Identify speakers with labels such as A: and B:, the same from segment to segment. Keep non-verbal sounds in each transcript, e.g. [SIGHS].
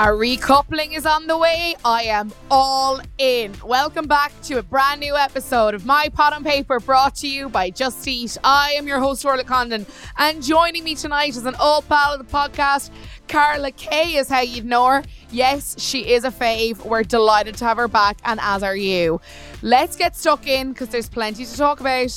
A: A recoupling is on the way. I am all in. Welcome back to a brand new episode of My Pot on Paper brought to you by Just Eat. I am your host, Orla Condon, and joining me tonight is an old pal of the podcast, Carla Kay is how you'd know her. Yes, she is a fave. We're delighted to have her back, and as are you. Let's get stuck in because there's plenty to talk about.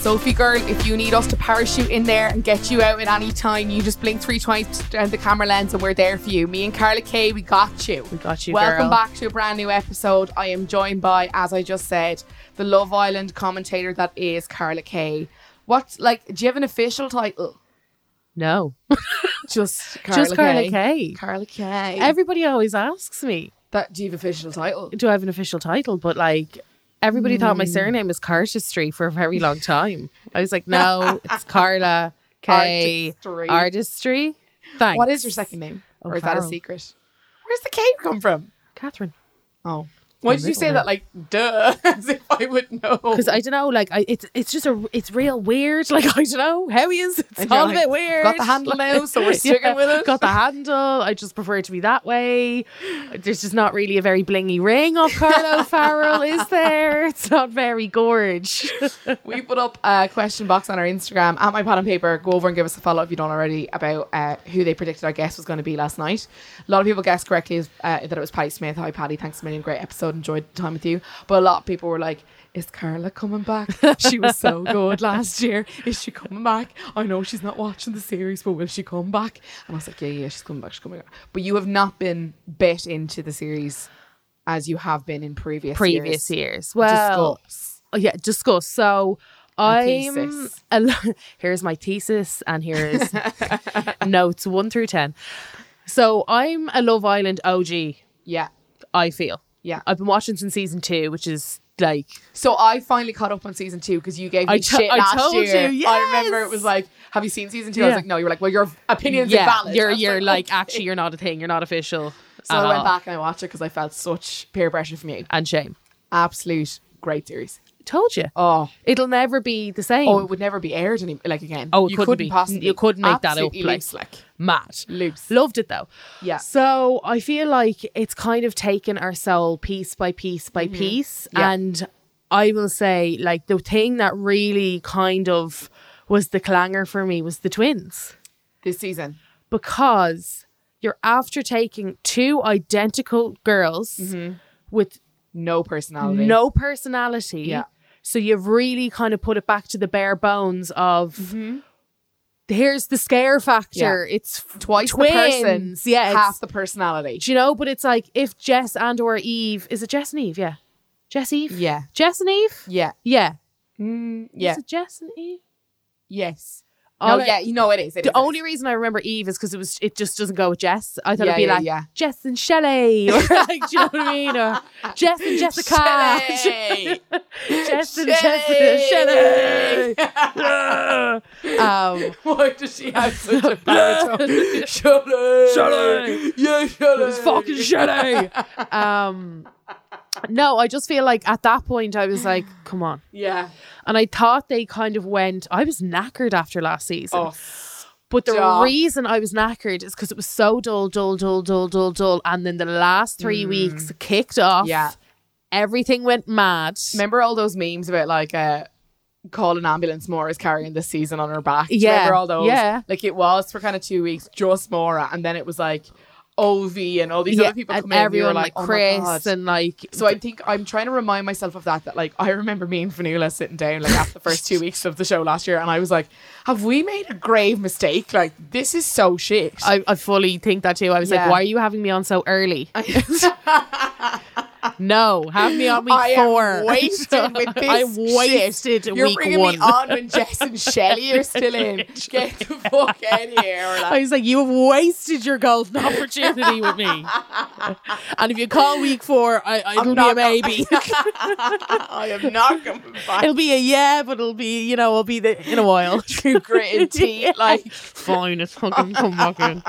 A: Sophie girl, if you need us to parachute in there and get you out at any time, you just blink three times down the camera lens and we're there for you. Me and Carla Kay, we got you.
B: We got you,
A: Welcome
B: girl.
A: back to a brand new episode. I am joined by, as I just said, the Love Island commentator that is Carla Kay. What, like, do you have an official title?
B: No,
A: Just Carla
B: just Carla Kay.
A: Carla Kay.
B: Everybody always asks me,
A: that do you have official title?
B: do I have an official title? But like, everybody thought
A: Hmm.
B: my surname was Cartistry for a very long time. I was
A: [LAUGHS]
B: like, no, it's Carla Kay
A: Artistry.
B: Artistry. Thanks.
A: What is your second name? or is that a
B: O'Farrell.
A: secret? Where's the K come from?
B: Catherine?
A: Oh. Why
B: My
A: did you
B: middle
A: say
B: name.
A: that like duh? [LAUGHS] As if I would know.
B: Because I don't know, like I, it's it's just a it's real weird. [LAUGHS] Like I don't know how he is. It's
A: And you're
B: all
A: like,
B: a bit weird.
A: got the handle now,
B: [LAUGHS]
A: so we're [LAUGHS] sticking with it.
B: Got the handle. I just prefer it to be that way. There's just not really a very blingy ring
A: [LAUGHS]
B: of Carlo Farrell, is there? It's not
A: [LAUGHS]
B: very gorge.
A: we put up a question box on our Instagram at my pot and paper. Go over and give us a follow if you don't already about uh, who they predicted our guest was going to be last night. A lot of people guessed correctly as, uh, that it was Patty Smith. Hi, Patty. Thanks a million. Great episode. Enjoyed the time with you. But a lot of people were like, is Carla coming back? She was [LAUGHS] so good last year. Is she coming back? I know she's not watching the series, but will she come back? And I was like, yeah, yeah, she's coming back. She's coming back. But you have not been bet into the series as you have been in previous
B: Previous
A: years.
B: years. Well,
A: Discuss.
B: Oh, yeah, discuss. So I'm
A: thesis.
B: a lo- [LAUGHS] here's my thesis
A: [LAUGHS]
B: and here's notes one through ten. So I'm a Love Island OG.
A: Yeah.
B: I feel.
A: Yeah. Uh,
B: I've been watching since season two, which is like
A: So I finally caught up on season two because you gave me
B: I to-
A: shit
B: I
A: last
B: told
A: year.
B: you,
A: I remember it
B: yes.
A: was like, "Have you seen season two? I was
B: Yeah.
A: like, "No." You were like, "Well, your opinion's
B: yeah,
A: invalid." I
B: you're
A: was
B: you're like, uh-huh.
A: "Okay."
B: actually you're not a thing, you're not official.
A: So
B: at
A: I went
B: all."
A: back and I watched it because I felt such peer pressure from you.
B: and shame.
A: Absolute great series.
B: Told you,
A: Oh,
B: it'll never be the same.
A: oh, it would never be aired any like again.
B: Oh, it
A: you
B: couldn't
A: couldn't
B: be.
A: possibly.
B: You couldn't make that up,
A: Absolutely
B: like-
A: loose, like
B: Mad.
A: loose.
B: Loved it though.
A: Yeah.
B: So I feel like it's kind of taken our soul piece by piece by piece.
A: Mm-hmm. Yeah.
B: And I will say, like, the thing that really kind of was the clanger for me was the twins.
A: This season,
B: Because you're after taking two identical girls
A: Mm-hmm.
B: with
A: no personality.
B: no personality.
A: Yeah.
B: So you've really kind of put it back to the bare bones of
A: Mm-hmm.
B: here's the scare factor. It's f-
A: twice
B: twins.
A: the person,
B: Yeah, it's-
A: half the personality.
B: do you know? But it's like if Jess and or Eve is it Jess and Eve? Yeah, Jess Eve.
A: Yeah,
B: Jess and Eve.
A: yeah,
B: Yeah,
A: Mm, yeah,
B: Is it Jess and Eve?
A: yes.
B: All
A: Oh,
B: right.
A: yeah, you know it is. It is, it
B: The
A: is.
B: only reason I remember Eve is because it was it just doesn't go with Jess. I thought
A: Yeah,
B: it'd be
A: yeah,
B: like
A: yeah.
B: Jess and
A: [LAUGHS]
B: Shelley, or like do you know what I mean, or Jess and Jessica,
A: Shelley.
B: [LAUGHS] Jess and
A: Shelley.
B: Jessica, Shelley. um,
A: Why does she have such a [LAUGHS] baritone? Shut up!
B: Shelley.
A: Yeah, shut
B: It was fucking
A: eh?
B: shitty. um, no, I just feel like at that point I was like, come on.
A: Yeah.
B: And I thought they kind of went, I was knackered after last season.
A: Oh,
B: but the
A: stop.
B: reason I was knackered is because it was so dull, dull, dull, dull, dull, dull. And then the last three weeks kicked off.
A: Mm. Yeah.
B: Everything went mad.
A: remember all those memes about like uh, call an ambulance. Mora's carrying this season on her back. Do you
B: Yeah,
A: remember all those?
B: yeah.
A: like it was for kind of two weeks just Mora, and then it was like Ov and all these
B: Yeah,
A: other people
B: and
A: come in. we were
B: everyone
A: like,
B: like
A: oh my
B: Chris
A: God.
B: and like
A: So I think I'm trying to remind myself of that. That like I remember me and Fanula sitting down like after the first two weeks of the show last year, and I was like, "Have we made a grave mistake? Like this is so shit."
B: I, I fully think that too. I was
A: Yeah.
B: like, why are you having me on so early? [LAUGHS] no, have me on week
A: I am
B: four. [LAUGHS]
A: wasted with this
B: I wasted
A: shit. You're
B: week
A: bringing
B: one.
A: me on when Jess and Shelley are still
B: [LAUGHS]
A: in. [LAUGHS] Get the fuck out of here! Or
B: I
A: like,
B: was like, you have wasted your golden opportunity
A: [LAUGHS]
B: with me. and if you call week four, I, I, it'll be a
A: not gonna- [LAUGHS]
B: maybe.
A: I am not
B: [LAUGHS]
A: coming back.
B: it'll be a yeah, but it'll be, you know, I'll be there in a
A: [LAUGHS]
B: while.
A: Through
B: [LAUGHS]
A: gritted teeth, like
B: Fine, it's fucking come back in.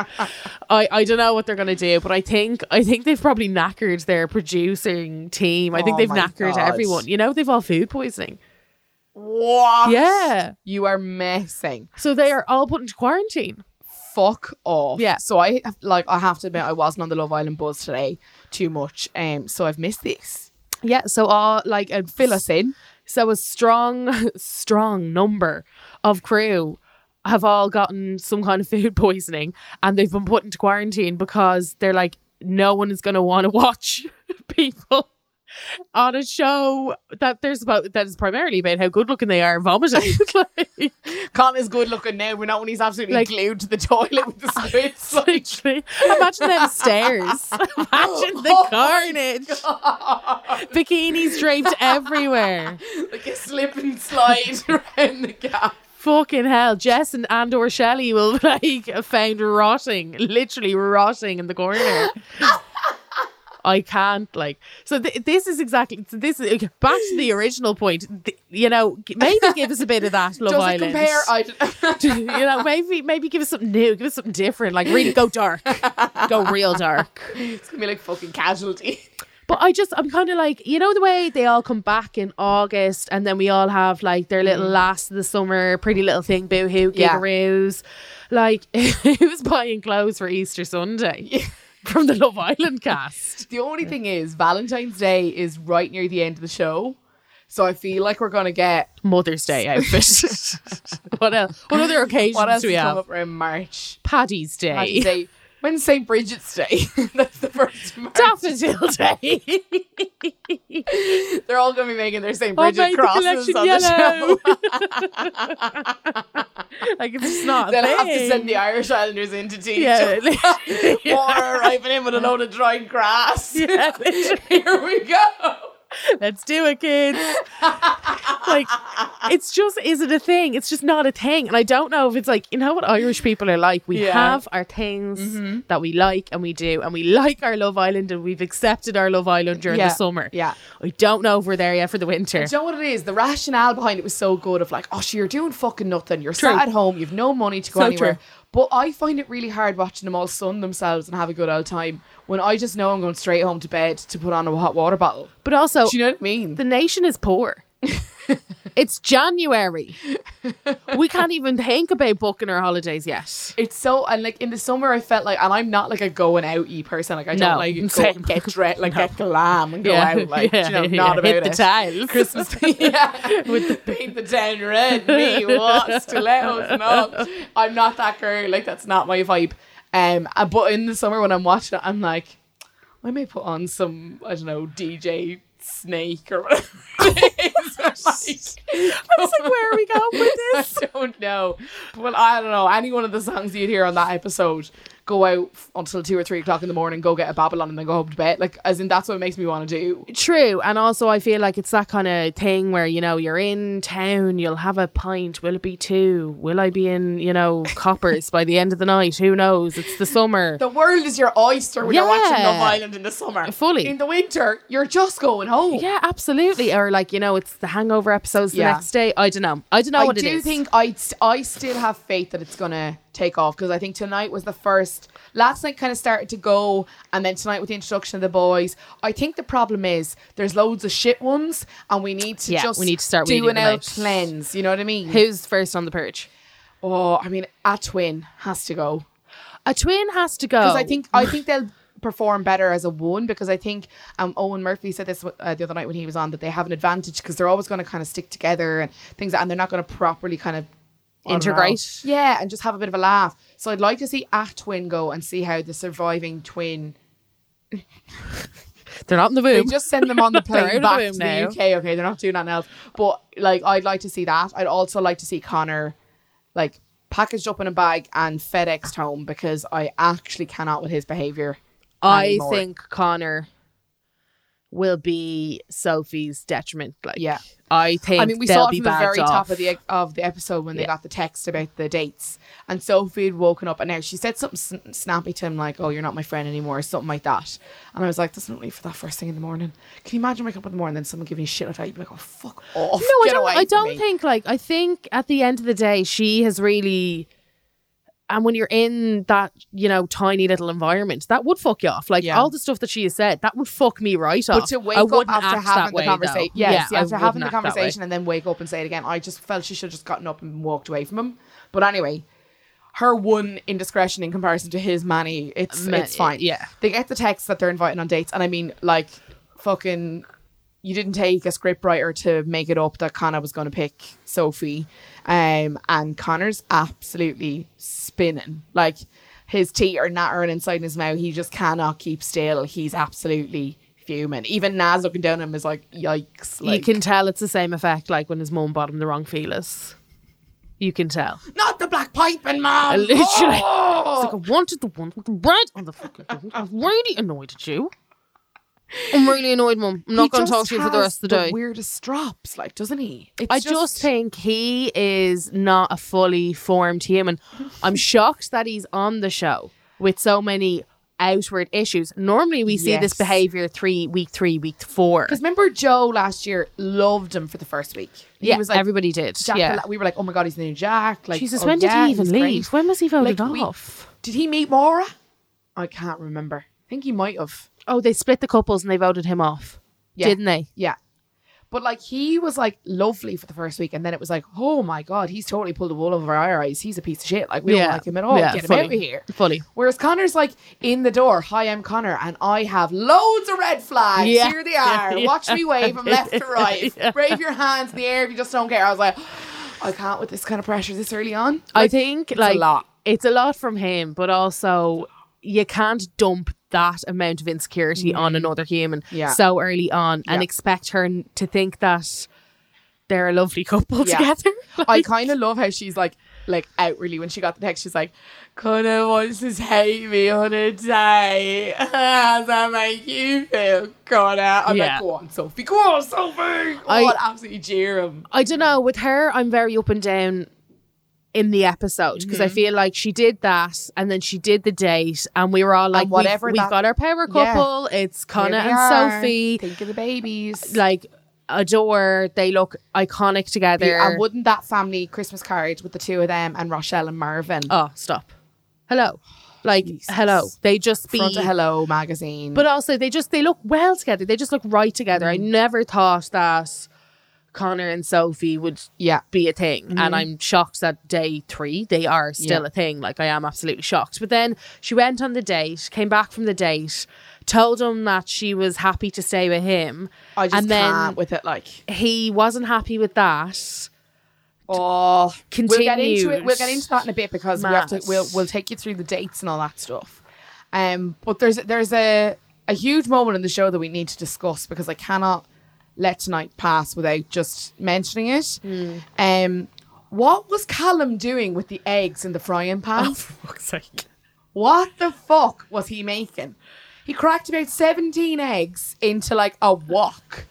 B: I, I don't know what they're gonna do, but I think I think they've probably knackered their producing team. I think
A: Oh
B: they've
A: my
B: knackered
A: God.
B: everyone. You know, they've all food poisoning.
A: what?
B: Yeah.
A: you are messing.
B: So they are all put into quarantine.
A: fuck off.
B: Yeah.
A: So I like I have to admit I wasn't on the Love Island buzz today too much. Um. So I've missed this.
B: Yeah, so all like a
A: Fill us in.
B: So a strong, [LAUGHS] strong number of crew have all gotten some kind of food [LAUGHS] poisoning and they've been put into quarantine because they're like, no one is going to want to [LAUGHS] watch people on a show that there's about that is primarily about how good looking they
A: [LAUGHS]
B: are vomiting. [LAUGHS] like,
A: Con is good looking now. We're not when he's absolutely
B: Like-
A: glued to the toilet with the spits. [LAUGHS] Like,
B: literally. imagine them
A: [LAUGHS]
B: stairs. Imagine the
A: Oh my
B: carnage. Bikinis draped everywhere.
A: like a slip and slide [LAUGHS] around the gap.
B: Fucking hell, Jess and Andor Shelley will [LAUGHS] like found rotting, literally rotting in the corner. I can't like. So th- this is exactly so this is okay, back to the original point. Th- you know, g- maybe give us a bit of that
A: [LAUGHS]
B: Love
A: Does
B: Island.
A: it
B: [LAUGHS]
A: compare? I don't-
B: you know, maybe maybe give us something new, give us something different. Like really go dark, go real dark.
A: [LAUGHS] it's gonna be like fucking casualty.
B: But I just, I'm kind of like, you know, the way they all come back in August and then we all have like their little last of the summer, pretty little thing, boo hoo,
A: Mm. Yeah.
B: gigaroos. Like, [LAUGHS] who's buying clothes for Easter Sunday [LAUGHS] from the Love Island cast?
A: The only thing is Valentine's Day is right near the end of the show. So I feel like we're gonna get
B: Mother's
A: [LAUGHS]
B: Day outfit. what else? What other occasions
A: what else
B: do we
A: has come
B: have?
A: up around March?
B: Paddy's Day.
A: Paddy's Day. When's St. Bridget's Day? [LAUGHS] That's the first of March.
B: [LAUGHS]
A: [LAUGHS]
B: Daffodil Day.
A: They're all going to be making their St.
B: I'll
A: Bridget
B: make the
A: crosses
B: collection
A: on
B: yellow.
A: the show. [LAUGHS]
B: [LAUGHS] like, it's just not a
A: They'll have to
B: thing.
A: send the Irish Islanders in to teach
B: Yeah.
A: [LAUGHS] water arriving in with a load of dried grass.
B: [LAUGHS] yeah, literally.
A: [LAUGHS] Here we go.
B: Let's do it, kids. like, it's just, is it a thing? It's just not a thing. And I don't know if it's like, you know what Irish people are like? We
A: Yeah. Mm-hmm.
B: have our things that we like and we do, and we like our Love Island and we've accepted our Love Island during
A: Yeah.
B: the summer.
A: Yeah.
B: I don't know if we're there yet for the winter.
A: Do you know what it is? The rationale behind it was so good of like, oh, so you're doing fucking nothing. You're
B: True.
A: sat at home. You've no money to go
B: So
A: anywhere.
B: true.
A: But I find it really hard watching them all sun themselves and have a good old time when I just know I'm going straight home to bed to put on a hot water bottle.
B: But also,
A: Do you know what I mean?
B: the nation is poor.
A: [LAUGHS]
B: it's January. we can't even think about booking our holidays yet.
A: It's so and like in the summer, I felt like, and I'm not like a going out y person. Like I
B: No,
A: don't
B: [LAUGHS]
A: like go,
B: same.
A: get dressed, like get glam and go out. Like do you know,
B: [LAUGHS] yeah,
A: not about
B: Hit
A: it.
B: the tiles.
A: Christmas
B: [LAUGHS]
A: [LAUGHS] yeah. with the paint the town red. Me what
B: [LAUGHS]
A: stilettos? No, I'm not that girl. Like that's not my vibe. Um, uh, but in the summer when I'm watching it, I'm like, I may put on some I don't know DJ Snake or whatever.
B: [LAUGHS]
A: it is. [LAUGHS] Like,
B: I was like, where are we going with
A: [LAUGHS]
B: this?
A: I don't know. Well, I don't know. Any one of the songs you'd hear on that episode, go out f- until two or three o'clock in the morning, go get a Babylon, and then go home to bed. Like, as in, that's what it makes me want to do.
B: True, and also I feel like it's that kind of thing where you know you're in town, you'll have a pint. Will it be two? Will I be in you know coppers by the end of the night? Who knows? It's the summer.
A: The world is your oyster when you're watching
B: Yeah.
A: Love Island in the summer.
B: Fully.
A: In the winter, you're just going home.
B: yeah, absolutely. Or like you know, it's the hangover episodes the
A: Yeah.
B: next day. I don't know. I don't know
A: I
B: what
A: do
B: it is.
A: think I st- I still have faith that it's gonna take off because I think tonight was the first. Last night kind of started to go, and then tonight with the introduction of the boys. I think the problem is there's loads of shit ones, and we need to
B: Yeah,
A: just
B: we need to start
A: do
B: weeding
A: an
B: them
A: L
B: out.
A: cleanse. You know what I mean?
B: who's first on the purge.
A: Oh, I mean, a twin has to go
B: A twin has to go
A: because I think I think they'll perform better as a one because I think um, Owen Murphy said this uh, the other night when he was on that they have an advantage because they're always going to kind of stick together and things and they're not going to properly kind of I don't know.
B: Integrate.
A: Yeah, and just have a bit of a laugh. So I'd like to see a twin go and see how the surviving twin.
B: they're not in the
A: They
B: room.
A: just send them
B: [LAUGHS]
A: on the
B: They're out
A: plane
B: of
A: back
B: the
A: to
B: room
A: the
B: now.
A: UK. Okay, they're not doing nothing else. But like, I'd like to see that. I'd also like to see Connor, like packaged up in a bag and FedExed home because I actually cannot with his behavior.
B: I
A: anymore.
B: think Connor will be Sophie's detriment. Like,
A: Yeah.
B: I think.
A: I mean, we
B: they'll
A: saw it
B: be
A: from the very
B: bagged
A: top
B: off.
A: of the of the episode when
B: Yeah.
A: they got the text about the dates, and Sophie had woken up, and now she said something sn- snappy to him like, "Oh, you're not my friend anymore," or something like that. And I was like, "That's not leave for that first thing in the morning." Can you imagine waking up in the morning and then someone giving you shit like that? You'd be like, "Oh, fuck off!"
B: No,
A: Get
B: I don't.
A: away
B: I
A: from
B: don't
A: me."
B: think like I think at the end of the day, she has really. And when you're in that, you know, tiny little environment, that would fuck you off. Like
A: Yeah.
B: all the stuff that she has said, that would fuck me right off.
A: But to wake
B: I
A: up
B: wouldn't
A: after
B: act that
A: having the
B: way,
A: conversation,
B: though.
A: yes, yeah,
B: I
A: after having
B: wouldn't
A: the
B: act that way.
A: conversation and then wake up and say it again, I just felt she should have just gotten up and walked away from him. But anyway, her one indiscretion in comparison to his many, it's
B: Ma-
A: it's fine.
B: yeah.
A: They get the text that they're invited on dates, and I mean, like, fucking, you didn't take a scriptwriter to make it up that Connor was going to pick Sophie, um, and Connor's absolutely spinning. Like, his teeth are nattering inside his mouth. He just cannot keep still. He's absolutely fuming. Even Naz looking down at him is like, yikes. Like,
B: you can tell it's the same effect like when his mum bought him the wrong Felis. You can tell.
A: not the black piping [LAUGHS] man.
B: Literally.
A: Oh!
B: It's like I wanted the one with the red on the fucking thing. I'm really annoyed at you. I'm really annoyed, Mum. I'm
A: He
B: not going to
A: just
B: talk to you for the
A: has
B: rest of the day.
A: weirdest drops, like doesn't he? It's
B: I just, think he is not a fully formed human.
A: [LAUGHS]
B: I'm shocked that he's on the show with so many outward issues. Normally, we see
A: Yes.
B: this behavior three week three week four.
A: because remember Joe last year loved him for the first week. He
B: Yeah,
A: was like
B: everybody did.
A: Jack
B: yeah.
A: we were like, oh my god, he's the new Jack. Like
B: Jesus,
A: oh,
B: when did
A: yeah,
B: he even
A: he's
B: leave?
A: great.
B: When was he voted
A: Like, we-
B: off?
A: Did he meet Maura? I can't remember. I think he might have.
B: Oh, they split the couples and they voted him off,
A: Yeah.
B: didn't they?
A: Yeah. But like he was like lovely for the first week, and then it was like, oh my god, he's totally pulled the wool over our eyes. He's a piece of shit. Like we don't
B: Yeah.
A: like him at all.
B: Yeah,
A: Get him
B: fully.
A: out of here.
B: Fully.
A: Whereas Connor's like in the door, hi, I'm Connor, and I have loads of red flags.
B: Yeah.
A: Here they are.
B: [LAUGHS] Yeah.
A: Watch me wave from left to right.
B: [LAUGHS] Yeah.
A: Wave your hands in the air if you just don't care. I was like, I can't with this kind of pressure this early on.
B: I
A: Like,
B: think
A: it's
B: like
A: a lot.
B: it's a lot from him, but also you can't dump that amount of insecurity on another human
A: Yeah.
B: so early on and
A: Yeah.
B: expect her n- to think that they're a lovely couple
A: Yeah.
B: together. [LAUGHS]
A: I
B: Like,
A: kind of love how she's like, like outwardly when she got the text, she's like, Connor wants to take me on a date. [LAUGHS] How's that make you feel, Connor? I'm
B: Yeah.
A: like, go on, Sophie, go on, Sophie. Oh,
B: I-
A: I absolutely jeer him.
B: I don't know. With her, I'm very up and down in the episode because I feel like she did that and then she did the date and we were all like,
A: whatever
B: we've,
A: that-
B: we've got our power
A: Yeah.
B: couple. It's Connor
A: Here they
B: and
A: are.
B: Sophie.
A: Think of the babies.
B: Like adore. They look iconic together.
A: And wouldn't that family Christmas card with the two of them and Rochelle and Marvin
B: oh stop hello like hello they just be
A: front of Hello magazine?
B: but also they just they look well together they just look right together
A: Mm.
B: i never thought that connor and sophie would
A: yeah,
B: be a thing and i'm shocked that day three they are still
A: Mm-hmm. Yeah.
B: a thing like i am absolutely shocked but then she went on the date came back from the date told him that she was happy to stay with him
A: I just
B: and then
A: can't with it. Like,
B: he wasn't happy
A: [LAUGHS]
B: with that
A: oh, we'll get into it.
B: continues.
A: We'll get into that in a bit because we have to.
B: Mad.
A: We'll we'll take you through the dates and all that stuff. Um, but there's there's a a huge moment in the show that we need to discuss because I cannot let tonight pass without just mentioning it.
B: Hmm.
A: Um, what was Callum doing with the eggs in the frying pan?
B: for fuck's sake
A: [LAUGHS] What the fuck was he making? He cracked about 17 eggs into like a wok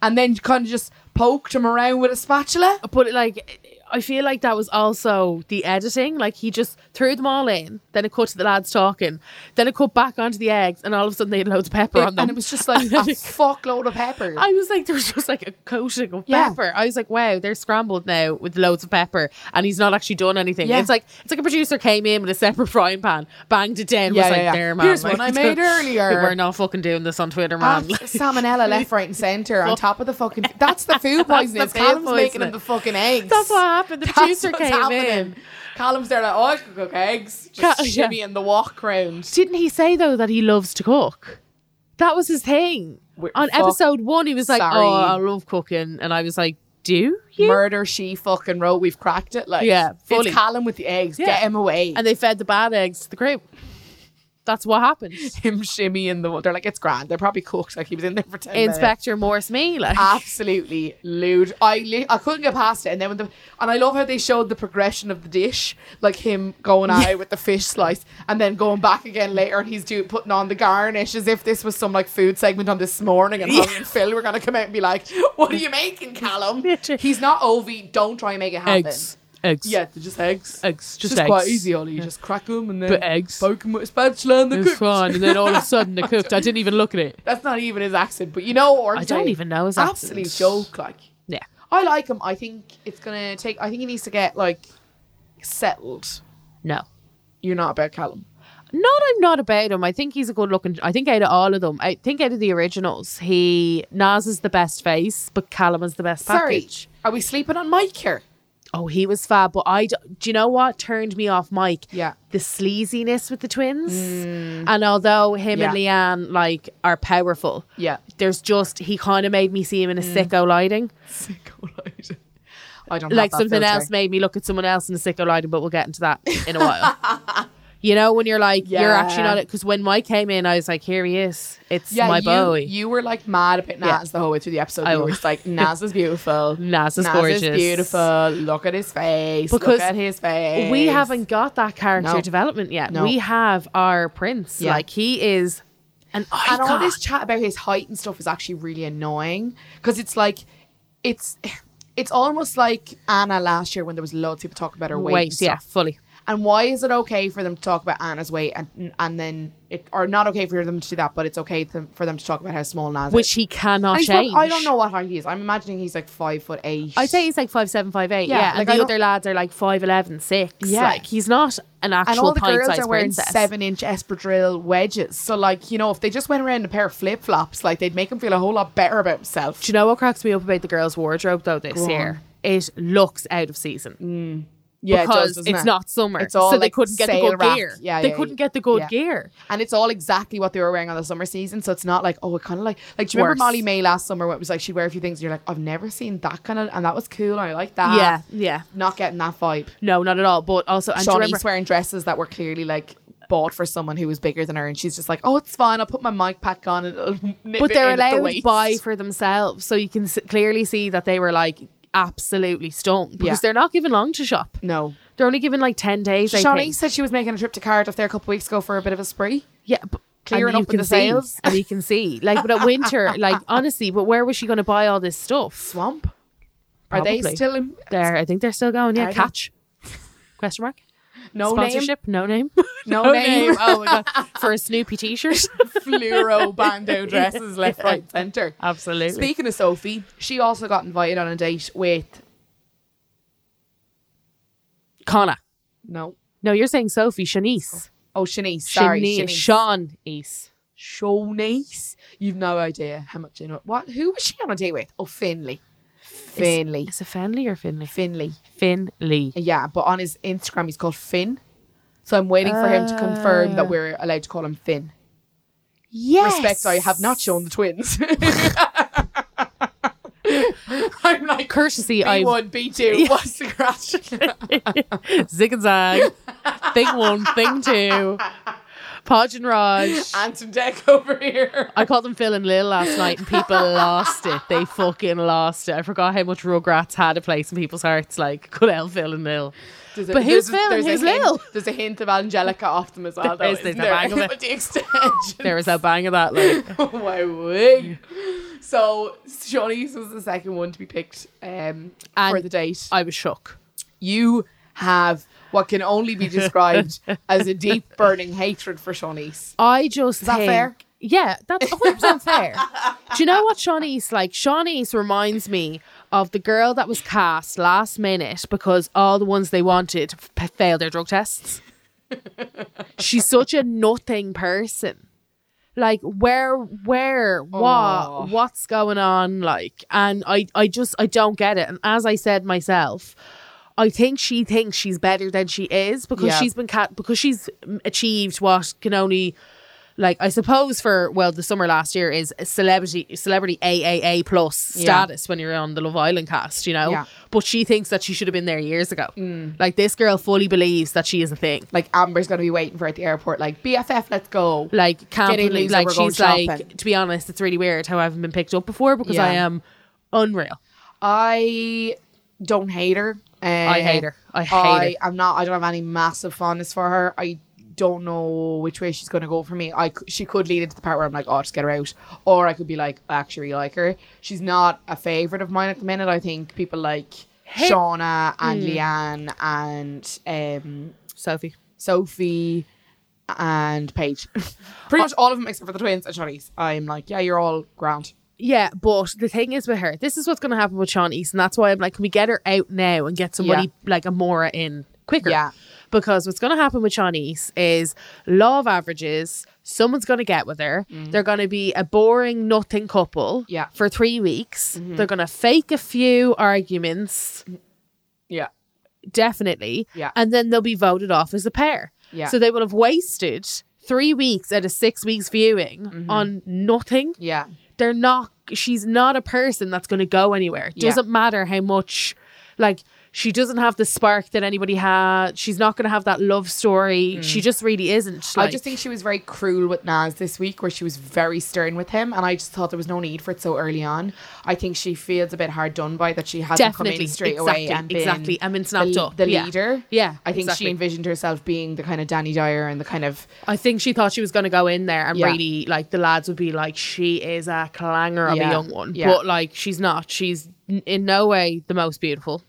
A: and then kind of just poked him around with a spatula.
B: But like, I feel like that was also the editing. Like he just threw them all in, then it cut to the lads talking, then it cut back onto the eggs, and all of a sudden they had loads of pepper on them.
A: And it was just like [LAUGHS] a
B: [LAUGHS]
A: fuckload of pepper.
B: I was like, there was just like a coating of
A: Yeah.
B: pepper. I was like, wow, they're scrambled now with loads of pepper, and he's not actually done anything.
A: Yeah.
B: It's like it's like a producer came in with a separate frying pan, banged it down,
A: Yeah,
B: was
A: yeah,
B: like,
A: yeah.
B: there, man.
A: Here's
B: like,
A: one
B: [LAUGHS]
A: I made earlier.
B: We're not fucking doing this on Twitter,
A: Half
B: man. Um, Like,
A: salmonella left, right, and center on top of the
B: [LAUGHS]
A: fucking. That's the food poisoning.
B: That's the food
A: Callum's making
B: poisoning.
A: him the fucking eggs.
B: [LAUGHS]
A: [LAUGHS]
B: That's what happened. The
A: That's
B: producer
A: what's
B: came in.
A: happening. Callum's there like, oh, I can cook eggs. Just
B: Ca- [LAUGHS] yeah.
A: shimmy in the wok round.
B: Didn't he say though that he loves to cook? That was his thing.
A: We're-
B: On
A: fuck.
B: episode one, he was like,
A: Sorry.
B: "Oh, I love cooking," and I was like, "Do you?"
A: Murder she fucking wrote. We've cracked it. Like,
B: Yeah, fully.
A: it's Callum with the eggs.
B: Yeah.
A: Get him away.
B: and they fed the bad eggs to the group. That's what happened.
A: [LAUGHS] him shimmy in the they're like it's grand they're probably cooked like he was in there for 10 minutes
B: Inspector Morse me like
A: Ah, absolutely lewd I li- I couldn't get past it and then when the and I love how they showed the progression of the dish like him going out with the fish slice and then going back again later and he's doing putting on the garnish as if this was some like food segment on this morning and Holly and Phil were gonna come out and be like what are you making Callum
B: Literally.
A: he's not Ovi don't try and make it happen
B: eggs, eggs,
A: yeah they're just eggs
B: eggs,
A: just,
B: just, eggs.
A: quite easy Ollie you just crack them and then
B: But eggs.
A: poke them with a spatula and they're
B: It's
A: cooked
B: fine, and then all of a sudden they're cooked. I didn't even look at it.
A: That's not even his accent, but you know what?
B: I don't even know his
A: Absolute
B: accent.
A: joke, like.
B: Yeah,
A: I like him. I think it's gonna take. I think he needs to get like settled.
B: no.
A: You're not about Callum.
B: Not I'm not about him. I think he's a good looking. I think out of all of them, I think out of the originals, he Nas is the best face, but Callum is the best package.
A: Sorry, are we sleeping on Mike here?
B: Oh, he was fab, but I d- do you know what turned me off Mike?
A: Yeah. Mm.
B: The sleaziness with the twins. And although him and Leanne like are powerful,
A: Yeah. Mm.
B: there's just he kind of made me see him in a sicko lighting.
A: Sicko lighting. [LAUGHS] I don't have
B: like
A: that
B: something
A: filter.
B: else made me look at someone else in a sicko lighting, but we'll get into that in
A: [LAUGHS]
B: a while. you know, when you're like, you're actually
A: Yeah.
B: not because when Mike came in, I was like, here he is. It's
A: Yeah,
B: my
A: you,
B: boy.
A: you were like mad about Nas
B: Yeah.
A: the whole way through the episode.
B: I
A: you were
B: was.
A: just like, Nas is beautiful.
B: [LAUGHS] Nas is gorgeous.
A: beautiful. Look at his face.
B: Because
A: Look at his face.
B: we haven't got that character
A: No.
B: development yet.
A: No.
B: We have our prince.
A: Yeah.
B: Like he is an icon.
A: and all this chat about his height and stuff is actually really annoying because it's like it's [SIGHS] it's almost like Anna last year when there was loads of people talking about her weight. and
B: Wait,
A: stuff.
B: yeah, fully.
A: And why is it okay for them to talk about Anna's weight and and then it or not okay for them to do that, but it's okay to, for them to talk about how small Nas
B: Which
A: is.
B: he cannot
A: And he's
B: change.
A: prob- I don't know what height he is. I'm imagining he's like five foot eight.
B: I'd say he's like five seven, five eight.
A: Yeah,
B: Yeah,
A: like,
B: and
A: I
B: the
A: don't-
B: other lads are like five eleven, six.
A: Yeah.
B: like he's not an actual
A: and all the
B: pint
A: girls
B: size
A: are wearing
B: princess.
A: seven inch espadrille wedges. So like, you know, if they just went around in a pair of flip flops, like they'd make him feel a whole lot better about himself.
B: Do you know what cracks me up about the girls' wardrobe though? This
A: on.
B: year, it looks out of season.
A: Yeah, it does,
B: because
A: doesn't
B: it's
A: it?
B: not summer.
A: It's all
B: so they
A: like
B: couldn't get the
A: sale
B: good
A: rack.
B: gear.
A: Yeah,
B: they
A: yeah,
B: couldn't
A: yeah.
B: get the good
A: Yeah.
B: gear.
A: and it's all exactly what they were wearing on the summer season. So it's not like oh, it kind of like like do you
B: Worse.
A: remember Molly May last summer? When it was like she'd wear a few things, and you're like, I've never seen that kind of, and that was cool. And I like that.
B: yeah.
A: not getting that vibe.
B: No, not at all. But also, and do you
A: Shawnee's
B: remember-
A: wearing dresses that were clearly like bought for someone who was bigger than her, and she's just like, oh, it's fine. I'll put my mic pack on, and it'll [LAUGHS] nip
B: but
A: it
B: they're
A: in at the
B: allowed to
A: waist."
B: buy for themselves. So you can s- clearly see that they were like absolutely stoned because
A: Yeah.
B: they're not given long to shop.
A: [LAUGHS] No,
B: They're only given like ten days. I
A: Shawnee
B: think.
A: said she was making a trip to Cardiff there a couple weeks ago for a bit of a spree.
B: yeah, but
A: Clearing
B: and you
A: up with
B: can
A: the
B: see-
A: sales.
B: [LAUGHS] and you can see like, but at winter, like honestly, but where was she going to buy all this stuff?
A: Swamp. Are they
B: Probably.
A: still in
B: There, I think they're still going.
A: Are
B: Yeah,
A: they?
B: catch. Question mark.
A: no name?
B: Sponsorship, no [LAUGHS] name.
A: [LAUGHS] No,
B: No
A: name.
B: Oh my
A: [LAUGHS]
B: god. For a Snoopy t [LAUGHS] shirt.
A: fluoro [LAUGHS] bandeau dresses left, right, [LAUGHS] center.
B: Absolutely.
A: Speaking of Sophie, she also got invited on a date with
B: Connor.
A: no,
B: No, you're saying Sophie, Shanice.
A: oh Shanice. Sorry,
B: Shanice.
A: Shanice.
B: Sean East.
A: Shawnice. You've no idea how much you know. What? Who was she on a date with? Oh, Finley. Finley.
B: Is it Finley or Finley?
A: Finley.
B: Finley.
A: Yeah, but on his Instagram, he's called Finn. So I'm waiting for him to confirm that we're allowed to call him Finn.
B: Ah. Yes.
A: Respect, I have not shown the twins. [LAUGHS] I'm like
B: Courtesy, I
A: B1, B2. What's the crash?
B: [LAUGHS] zig and zag. thing one, thing [LAUGHS] two. Podge and Raj.
A: Anton Deck over here.
B: I called them Phil and Lil last night, and people lost it. They fucking lost it. I forgot how much Rugrats had a place in people's hearts. Like, good hell, Phil and Lil.
A: There's a-
B: But who's
A: there's a-
B: Phil and
A: there's a
B: who's
A: hint-
B: Lil?
A: There's a hint of Angelica off them as well, though.
B: There is,
A: isn't
B: there's
A: there?
B: a bang of it.
A: [LAUGHS] With the extension.
B: There was a bang of that. Like,
A: [LAUGHS] Wow, wee. So Shawnee's was the second one to be picked um, for
B: And
A: the date.
B: I was shook.
A: you have what can only be [LAUGHS] described as a deep burning hatred for Shawnee's.
B: I just is
A: that fair?
B: Yeah, that's 100 percent fair. Do you know what Sean East like? Sean East reminds me of the girl that was cast last minute because all the ones they wanted f- failed their drug tests. She's such a nothing person. Like where, where, what,
A: Aw.
B: what's going on? Like, and I, I just, I don't get it. And as I said myself, I think she thinks she's better than she is because
A: Yeah.
B: she's been cat because she's mm, achieved what can only like I suppose for well the summer last year is a celebrity celebrity AAA plus
A: Yeah.
B: status when you're on the Love Island cast, you know.
A: Yeah. Mm.
B: But she thinks that she should have been there years ago. Like this girl fully believes that she is a thing.
A: Like Amber's gonna be waiting for her at the airport. Like BFF, let's go.
B: Like can't
A: Get in,
B: believe
A: loser,
B: like
A: we're going
B: she's like
A: shopping.
B: to be honest, it's really weird how I haven't been picked up before because
A: Yeah.
B: I am unreal.
A: I don't hate her. Uh, I
B: hate her. I hate
A: I am not. I don't have any massive fondness for her. I don't know which way she's going to go for me. I c- she could lead into the part where I'm like, oh, just get her out, or I could be like, I actually like her. She's not a favorite of mine at the minute. I think people like Shauna and Leanne and um,
B: Hmm. Sophie.
A: Sophie and Paige. [LAUGHS]
B: Uh,
A: Pretty much all of them except for the twins and Shawnee's. I'm like, yeah, you're all grand.
B: Yeah, but the thing is with her, this is what's going to happen with Sean East, and that's why I'm like, can we get her out now and get somebody like a Mora in quicker?
A: Yeah.
B: Because what's going to happen with Sean East is law of averages. Someone's going to get with her. They're going to be a boring nothing couple
A: Mm-hmm. Yeah. Mm-hmm.
B: for three weeks. They're going to fake a few arguments
A: Yeah.
B: definitely.
A: Yeah.
B: And then they'll be voted off as a pair.
A: Yeah.
B: So they will have wasted three weeks at a six weeks viewing
A: Mm-hmm.
B: on nothing.
A: yeah.
B: They're not, she's not a person that's going to go anywhere. It
A: Yeah.
B: doesn't matter how much, like, she doesn't have the spark that anybody had. She's not going to have that love story. She just really isn't.
A: Mm. I
B: like-
A: just think she was very cruel with Nas this week, where she was very stern with him, and I just thought there was no need for it so early on. I think she feels a bit hard done by that she hasn't come
B: Definitely.
A: in straight away
B: Exactly.
A: and been
B: Exactly. And been snapped
A: the,
B: up.
A: the
B: Yeah.
A: leader.
B: Yeah,
A: I think
B: exactly.
A: she envisioned herself being the kind of Danny Dyer and the kind of
B: I think she thought she was going to go in there and
A: Yeah.
B: really like the lads would be like, she is a clanger of a
A: Yeah.
B: young one,
A: Yeah.
B: but like she's not. She's n- in no way the most beautiful.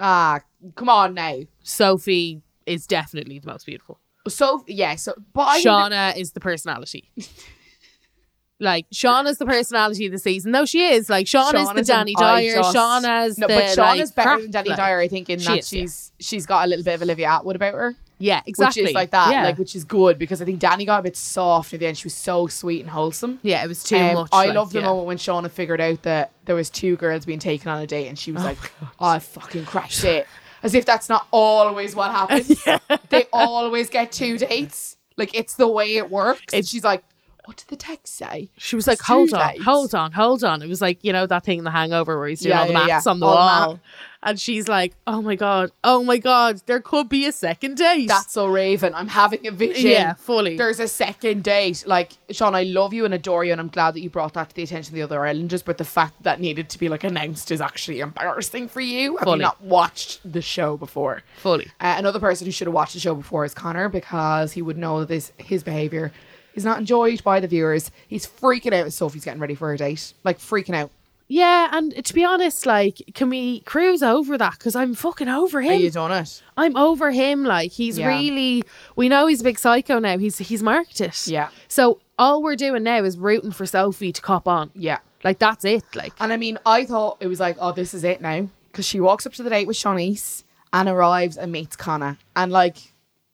A: ah, come on now.
B: Sophie is definitely the most beautiful.
A: So yeah, so but I think that-
B: Shauna is the personality. [LAUGHS] like Shauna's the personality of the season, though she is like Shauna's the
A: Shauna's
B: Danny
A: an- I
B: Dyer.
A: just-
B: Shauna's
A: no,
B: the,
A: but Shauna's
B: like,
A: better
B: crack-
A: than Danny
B: like-
A: Dyer. I think in
B: She
A: that
B: is, yeah.
A: she's she's got a little bit of Olivia Atwood about her.
B: Yeah, exactly.
A: Which is like that,
B: Yeah,
A: like which is good because I think Danny got a bit soft at the end. She was so sweet and wholesome.
B: yeah, it was too
A: Um,
B: much.
A: I
B: like,
A: love the
B: yeah.
A: moment when Shauna figured out that there was two girls being taken on a date, and she was like, "Oh, I fucking crashed it," as if that's not always what
B: [LAUGHS]
A: happens. They always get two dates. Like it's the way it works. and she's like, "What did the text say?"
B: She was like,
A: It's
B: hold
A: too
B: on,
A: late."
B: hold on, hold on. It was like, you know, that thing in the hangover where he's doing
A: Yeah,
B: all the
A: yeah,
B: maths
A: yeah.
B: on the
A: All the
B: wall.
A: math.
B: and she's like, oh my God, oh my God, there could be a second date.
A: That's so Raven. I'm having a vision.
B: yeah, fully.
A: There's a second date. Like, Sean, I love you and adore you, and I'm glad that you brought that to the attention of the other Islanders, but the fact that needed to be like announced is actually embarrassing for you. Have
B: Fully.
A: you not watched the show before?
B: fully.
A: Uh, another person who should have watched the show before is Connor because he would know that this his behavior is not enjoyed by the viewers. He's freaking out as Sophie's getting ready for her date. Like freaking out.
B: Yeah, and to be honest, like, can we cruise over that? Because I'm fucking over
A: Are
B: him.
A: you done it?
B: I'm over him. Like he's
A: Yeah.
B: really, we know he's a big psycho now. He's he's marked it.
A: Yeah.
B: So all we're doing now is rooting for Sophie to cop on.
A: Yeah.
B: Like that's it. Like
A: And I mean, I thought it was like, oh, this is it now. Because she walks up to the date with Shawnice and arrives and meets Connor. And like,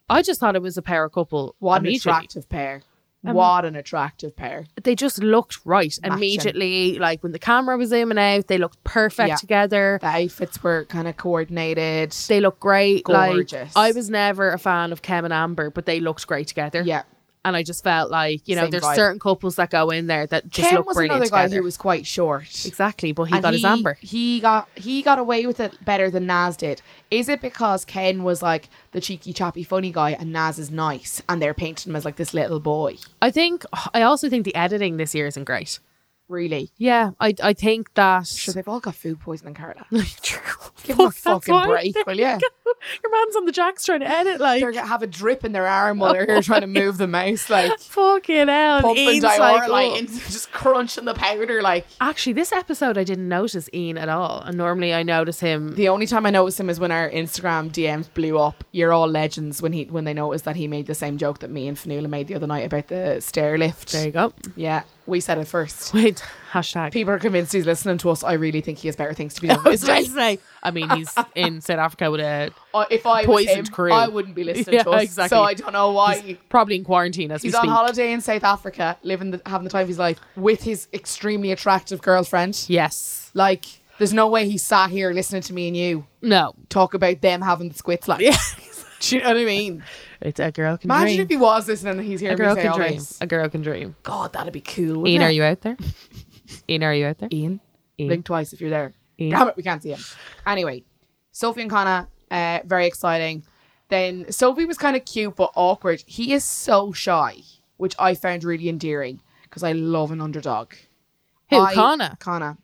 B: I just thought it was a pair couple.
A: what an
B: immediately. Um,
A: attractive pair. What an attractive pair.
B: they just looked right
A: Matching.
B: immediately. Like when the camera was zooming out, they looked perfect
A: Yeah.
B: together.
A: The outfits were kind of coordinated.
B: They looked great.
A: Gorgeous.
B: Like I was never a fan of Kem and Amber, but they looked great together.
A: Yeah.
B: And I just felt like, you know,
A: Same
B: there's
A: vibe.
B: certain couples that go in there that just
A: Ken
B: look
A: was
B: brilliant
A: another guy
B: together.
A: who was quite short.
B: exactly, but he
A: And
B: got his Amber.
A: He got he got away with it better than Nas did. Is it because Ken was like the cheeky, chappy, funny guy, and Nas is nice, and they're painting him as like this little boy?
B: I think I also think the editing this year isn't great.
A: Really?
B: Yeah, I I think that
A: Sure,
B: [LAUGHS]
A: they've all got food poisoning, Carla.
B: Give
A: Give them a fucking break, will ya?
B: Your man's on the jacks trying to edit like
A: They have a drip in their arm while they're here trying to move the mouse, like [LAUGHS]
B: fucking hell. and
A: pumping
B: Ian's
A: dior, like,
B: "Oh."
A: and [LAUGHS] just crunching the powder. Like
B: Actually, this episode I didn't notice Ian at all, and normally I notice him.
A: the only time I noticed him is when our Instagram DMs blew up. You're all legends when he when they noticed that he made the same joke that me and Fanula made the other night about the stair lift.
B: There you go. [LAUGHS]
A: Yeah, we said it first.
B: Wait, hashtag.
A: people are convinced he's listening to us, I really think he has better things to [LAUGHS] be doing. with his day.
B: Say. I mean, he's
A: [LAUGHS]
B: in South Africa with a
A: Uh, if I was
B: Poisoned
A: him,
B: crew.
A: I wouldn't be listening
B: Yeah,
A: to us.
B: exactly.
A: So I don't know why. He's,
B: probably in quarantine as we
A: on
B: speak.
A: holiday in South Africa, living the, having the time of his life with his extremely attractive girlfriend.
B: Yes.
A: Like, there's no way he sat here listening to me and you
B: No.
A: talk about them having the squits. Like, [LAUGHS] do you know what I mean?
B: It's a girl can
A: Imagine
B: dream.
A: if he was listening and he's
B: a
A: hearing me
B: girl
A: say
B: can
A: all
B: dream.
A: this.
B: A girl can dream.
A: God, that'd be cool. wouldn't
B: Ian,
A: it?
B: are you
A: [LAUGHS]
B: out there? Ian, are you out there?
A: Ian.
B: Ian.
A: Blink twice if you're there.
B: Ian.
A: Damn it, we can't see him. Anyway, Sophie and Connor, uh, very exciting. Then Sophie was kind of cute but awkward. He is so shy, which I found really endearing because I love an underdog.
B: Who,
A: I-
B: Connor?
A: Connor.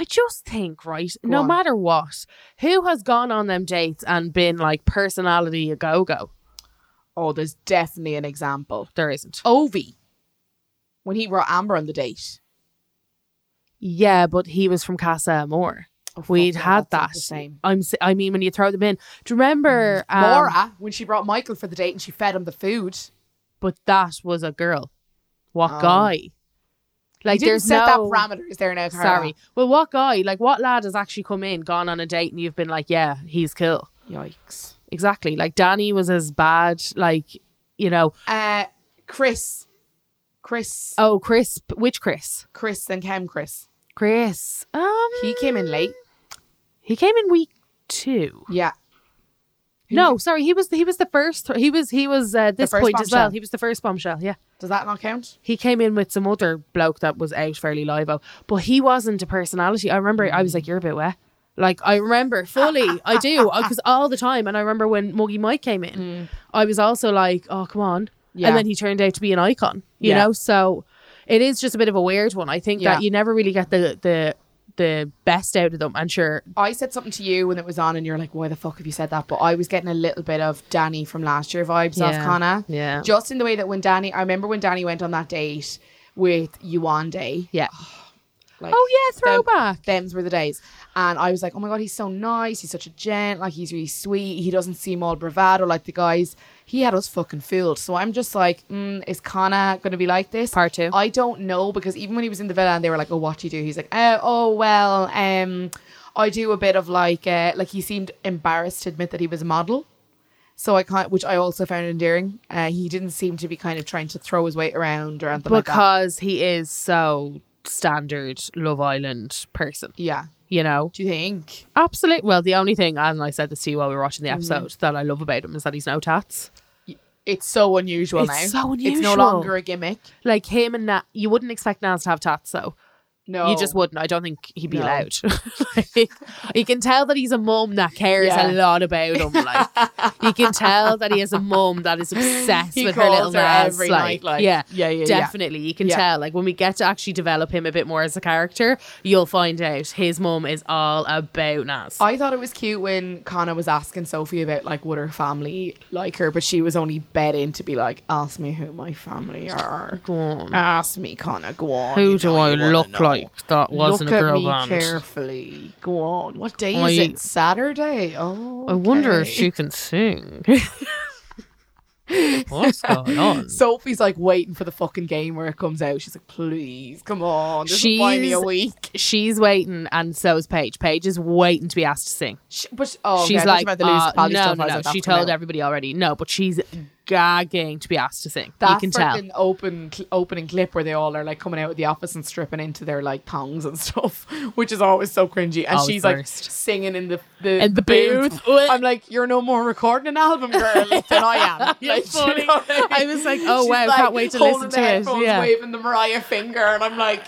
B: I just think, right, no
A: on.
B: matter what, who has gone on them dates and been like personality a go go?
A: Oh, there's definitely an example.
B: There isn't.
A: Ovi, when he brought Amber on the date.
B: Yeah, but he was from Casa Amor.
A: Oh, fuck,
B: We'd
A: yeah,
B: had
A: that's not
B: that.
A: the same. Mm.
B: I'm. s- I mean, when you throw them in, do you remember? Um,
A: Laura, when she brought Michael for the date and she fed him the food.
B: But that was a girl. What
A: Oh.
B: guy?
A: I
B: Like,
A: didn't
B: there's
A: set that
B: no.
A: parameters there now, Cara.
B: sorry. Well, what guy? Like, what lad has actually come in, gone on a date, and you've been like, yeah, he's cool.
A: Yikes.
B: Exactly. Like Danny was as bad. Like, you know.
A: Uh, Chris. Chris.
B: Oh, Chris. Which Chris?
A: Chris and Cam Chris.
B: Chris. Um,
A: He came in late.
B: he came in week two.
A: Yeah. Who-
B: No, sorry, he was he was the first. He was he was uh, this
A: first
B: point as well.
A: bombshell.
B: He was the first bombshell. Yeah,
A: Does that not count?
B: he came in with some other bloke that was out fairly live, out, but he wasn't a personality. I remember I was like, "You're a bit wet." Like I remember fully, I do, because all the time. And I remember when Muggy Mike came in, I was also like, "Oh, come on!"
A: Mm. Yeah.
B: And then he turned out to be an icon, you
A: Yeah.
B: know. So it is just a bit of a weird one. I think
A: Yeah.
B: that you never really get the the the best out of them. And sure,
A: I said something to you when it was on, and you're like, "Why the fuck have you said that?" But I was getting a little bit of Danny from last year vibes off
B: Yeah,
A: Connor.
B: yeah.
A: Just in the way that when Danny, I remember when Danny went on that date with Yuande.
B: yeah.
A: Like,
B: Oh yeah,
A: them-
B: throwback.
A: Them's were the days, and I was like, "Oh my god, he's so nice. He's such a gent. Like he's really sweet. He doesn't seem all bravado like the guys." He had us fucking fooled. So I'm just like, mm, is Connor going to be like this?
B: Part two.
A: I don't know because even when he was in the villa and they were like, "Oh, what do you do?" He's like, "Oh, oh well, um, I do a bit of like, uh, like he seemed embarrassed to admit that he was a model." So I can't, which I also found endearing. Uh, he didn't seem to be kind of trying to throw his weight around or anything like that.
B: because he is so standard Love Island person,
A: Yeah.
B: you know.
A: Do you think?
B: Absolutely. Well, the only thing, and I said this to you while we were watching the
A: Mm-hmm.
B: episode, that I love about him is that he's no tats.
A: It's so unusual
B: It's
A: now.
B: so
A: It's no
B: unusual.
A: longer a gimmick.
B: Like him and Nat, you wouldn't expect Naz to have tats, though.
A: No.
B: You just wouldn't. I don't think he'd be
A: No.
B: allowed. [LAUGHS] like, you can tell that he's a mum that cares
A: Yeah.
B: a lot about him.
A: [LAUGHS]
B: Like you can tell that he has a mum that is obsessed
A: He
B: with her
A: calls
B: little
A: her
B: Naz.
A: every
B: like,
A: night, like,
B: yeah,
A: yeah, yeah, yeah.
B: definitely. You can
A: Yeah.
B: tell. Like when we get to actually develop him a bit more as a character, you'll find out his mum is all about Naz.
A: I thought it was cute when Connor was asking Sophie about like would her family like her, but she was only bet in to be like, ask me who my family are.
B: Go on.
A: Ask me, Connor. Go on.
B: Who
A: you
B: do
A: know
B: I
A: you wanna
B: look
A: know.
B: like that wasn't
A: look
B: a
A: at
B: girl
A: me
B: band?
A: carefully. Go on. What day
B: I-
A: is it? Saturday. Oh,
B: I wonder if
A: okay.
B: she can [LAUGHS] sing. What's going on?
A: Sophie's like waiting for the fucking game where it comes out. She's like, please, come on. Just buy me a
B: She's-
A: week.
B: She's waiting, and so's Paige. Paige is waiting to be asked to sing.
A: She, but oh, okay, I
B: she's
A: thought you
B: like,
A: meant the loose
B: uh,
A: poly
B: no,
A: stuff. I
B: no,
A: was
B: no.
A: like, that's
B: She
A: coming
B: told
A: out.
B: everybody already. No, but she's gagging to be asked to sing.
A: That
B: you can tell.
A: frickin' open cl- opening clip where they all are like coming out of the office and stripping into their like thongs and [LAUGHS] stuff, which is always so cringy. And
B: Always
A: she's like
B: first.
A: singing in the the,
B: In the booth.
A: [LAUGHS] I'm like, you're no more recording an album,
B: [LAUGHS]
A: girl, than I am.
B: You're
A: Like, you
B: funny.
A: know what mean?
B: I was like, oh,
A: She's,
B: wow,
A: like,
B: can't wait to
A: holding
B: listen
A: the
B: to it.
A: headphones,
B: Yeah.
A: waving the Mariah finger, and I'm like.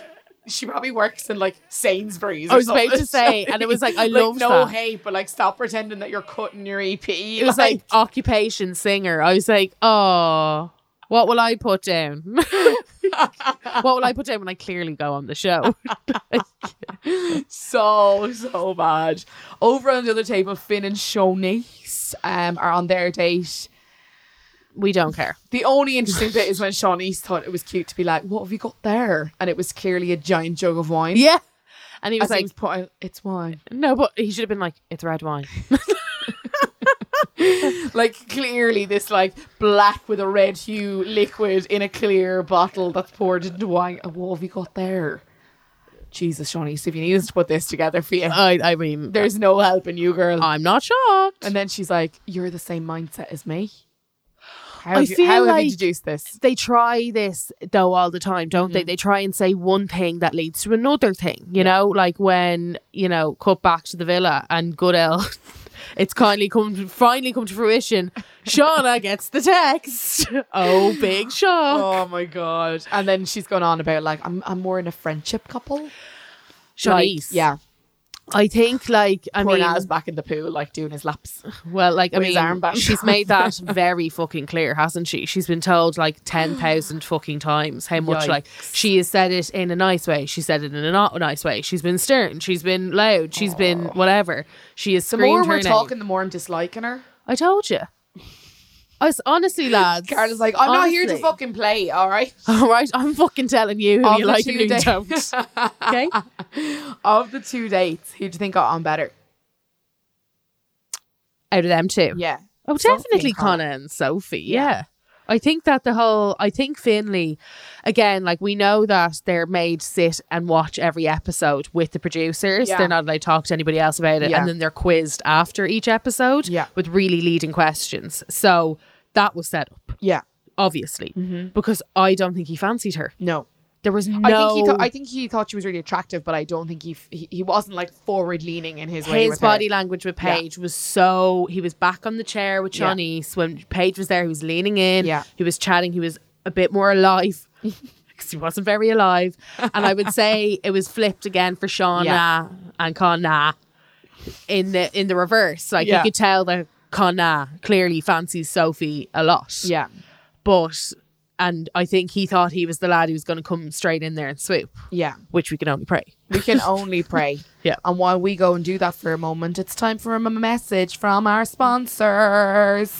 A: She probably works in like Sainsbury's.
B: I
A: or
B: was about
A: something. [LAUGHS]
B: to say, and it was like, I
A: love
B: loved
A: no
B: that.
A: hate, but like stop pretending that you're cutting your E EP.
B: It was like occupation singer. I was like, oh, what will I put down? [LAUGHS] what will I put down when I clearly go on the show? [LAUGHS]
A: so so bad. Over on the other table, Finn and Shawnice um, are on their date.
B: we don't care.
A: The only interesting bit is when Shawnice thought it was cute to be like, "What have you got there?" and it was clearly a giant jug of wine.
B: Yeah. And he
A: As
B: was
A: he
B: like,
A: was put out, "It's wine."
B: no, but he should have been like, it's red wine.
A: [LAUGHS] Like clearly, this like black with a red hue liquid in a clear bottle that's poured into wine. And what have you got there? Jesus, Shawnice, if you needed to put this together for you,
B: I, I mean,
A: there's no helping you, girl.
B: I'm not shocked.
A: And then she's like, "You're the same mindset as me." How,
B: I
A: have, you,
B: feel
A: how have
B: like-
A: you deduced this?
B: they try this though all the time, don't they? They try and say one thing that leads to another thing, you know, like when, you know, cut back to the villa and Goodell, [LAUGHS] it's kindly come to, finally come to fruition. [LAUGHS] Shauna gets the text. Oh, big shock.
A: Oh my god! And then she's going on about like, "I'm, I'm more in a friendship couple."
B: Shanice.
A: Like, yeah.
B: I think, like, I
A: Poor
B: mean,
A: Naz back in the pool, like doing his laps.
B: well, like, I
A: with his
B: mean,
A: arm back. [LAUGHS]
B: she's made that very fucking clear, hasn't she? She's been told like 10,000 fucking times how much, like,
A: Yikes.
B: she has said it in a nice way. She said it in a not nice way. She's been stern. She's been loud. She's been whatever. She has
A: The
B: screamed
A: more
B: her
A: we're
B: name.
A: talking, the more I'm disliking her.
B: I told you. I was, honestly, lads.
A: Carla's like, "I'm not here to
B: honestly.
A: fucking play." All right.
B: [LAUGHS] All right, I'm fucking telling you who
A: Of
B: you
A: the
B: like and
A: two
B: who you
A: days. [LAUGHS]
B: don't. Okay?
A: [LAUGHS] Of the two dates, who do you think got on better?
B: Out of them two.
A: Yeah.
B: Oh,
A: Sophie and
B: definitely
A: Connor.
B: Connor and Sophie. Yeah. I think that the whole, I think Finley, again, like we know that they're made sit and watch every episode with the producers.
A: Yeah.
B: They're not allowed to talk to anybody else about it.
A: Yeah.
B: And then they're quizzed after each episode
A: Yeah.
B: with really leading questions. So that was set up,
A: Yeah.
B: obviously, because I don't think he fancied her.
A: No.
B: There was no.
A: Mm-hmm. I think he thought I think he thought she was really attractive, but I don't think he f- he, he wasn't like forward leaning in his way.
B: his
A: with her.
B: body language with Paige was so he was back on the chair with Sean East when Paige was there, he was leaning in,
A: Yeah.
B: he was chatting, he was a bit
A: [LAUGHS]
B: more alive because he wasn't very alive. And I would say it was flipped again for Shauna
A: Yeah.
B: and Conna in the in the reverse. Like
A: Yeah.
B: you could tell that Conna clearly fancies Sophie a lot.
A: Yeah,
B: But and I think he thought he was the lad who was gonna come straight in there and swoop,
A: yeah.
B: which we can only pray.
A: We can only pray.
B: Yeah.
A: And while we go and do that for a moment, it's time for a m- message from our sponsors.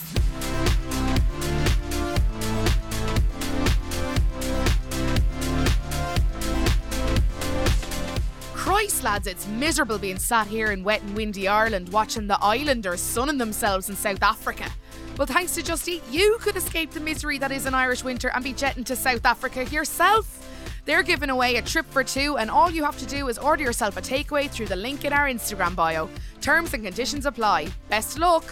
A: Christ, lads, it's miserable being sat here in wet and windy Ireland watching the islanders sunning themselves in South Africa. Well, thanks to Just Eat, you could escape the misery that is an Irish winter and be jetting to South Africa yourself. They're giving away a trip for two, and all you have to do is order yourself a takeaway through the link in our Instagram bio. Terms and conditions apply. Best of luck.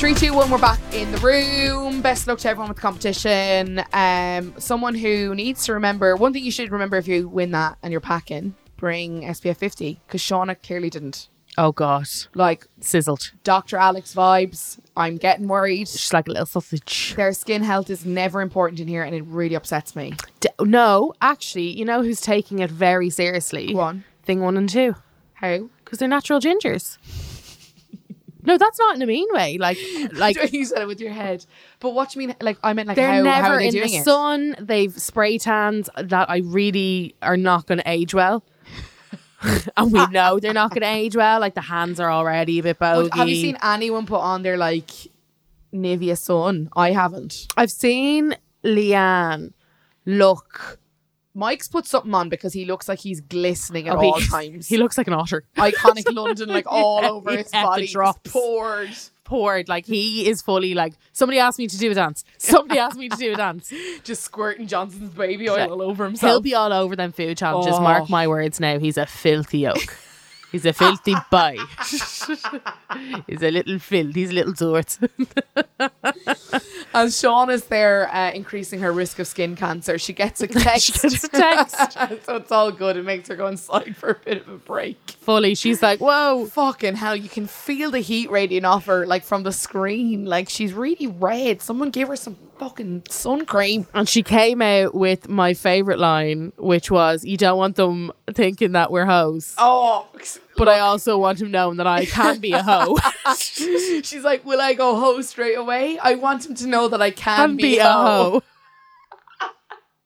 A: Three, two, one. We're back in the room. Best of luck to everyone with the competition. Um, someone who needs to remember one thing you should remember if you win that and you're packing, bring SPF 50 because Shauna clearly didn't.
B: [LAUGHS] Oh God.
A: Like
B: Sizzled.
A: Dr. Alex vibes. I'm getting worried.
B: She's like a little sausage.
A: Their skin health is never important in here, and it really upsets me.
B: D- no, actually, you know who's taking it very seriously?
A: Go on.
B: Thing one and two.
A: How? [LAUGHS]
B: Because they're natural gingers. no, that's not in a mean way. Like,
A: [LAUGHS]
B: like
A: you said it with your head. But what do you mean? Like I meant like
B: they're
A: how,
B: never
A: how are they
B: in
A: doing
B: the
A: it?
B: sun. They've spray tans that I really are not going to age well. [LAUGHS] and we know they're not going to age well. Like the hands are already a bit bogey.
A: Have you seen anyone put on their like Nivea sun? I haven't.
B: I've seen Leanne look.
A: Mike's put something on because he looks like he's glistening at
B: Oh,
A: all
B: [LAUGHS] he-
A: times.
B: He looks like an otter.
A: Iconic London,
B: [LAUGHS]
A: like all
B: Yeah,
A: over
B: yeah,
A: his
B: the
A: body, just
B: drops.
A: poured.
B: poured. Like he is fully like somebody asked me to do a dance. Somebody asked me to do
A: [LAUGHS]
B: a dance.
A: just squirting Johnson's baby oil
B: Like,
A: all over
B: He'll
A: himself.
B: be all over them food challenges.
A: Oh.
B: Mark my words. Now he's a filthy oak. He's
A: [LAUGHS]
B: a filthy boy. [LAUGHS] he's a little filth. He's a little dirt.
A: As Sean is there, uh, increasing her risk of skin cancer, she
B: [LAUGHS]
A: gets a text.
B: gets a text.
A: [LAUGHS] so it's all good. It makes her go inside for a bit of a break.
B: [LAUGHS] Fully, she's like, whoa.
A: Fucking hell, you can feel the heat radiating off her, like from the screen. Like she's really red. Someone gave her some fucking sun cream.
B: And she came out with my favorite line, which was, "You don't want them thinking that we're hoes,
A: Oh,
B: but I also want them knowing that I can be a
A: [LAUGHS]
B: hoe."
A: she's like, Will I go ho straight away? I want him to know that I can
B: and
A: be,
B: be a hoe. [LAUGHS]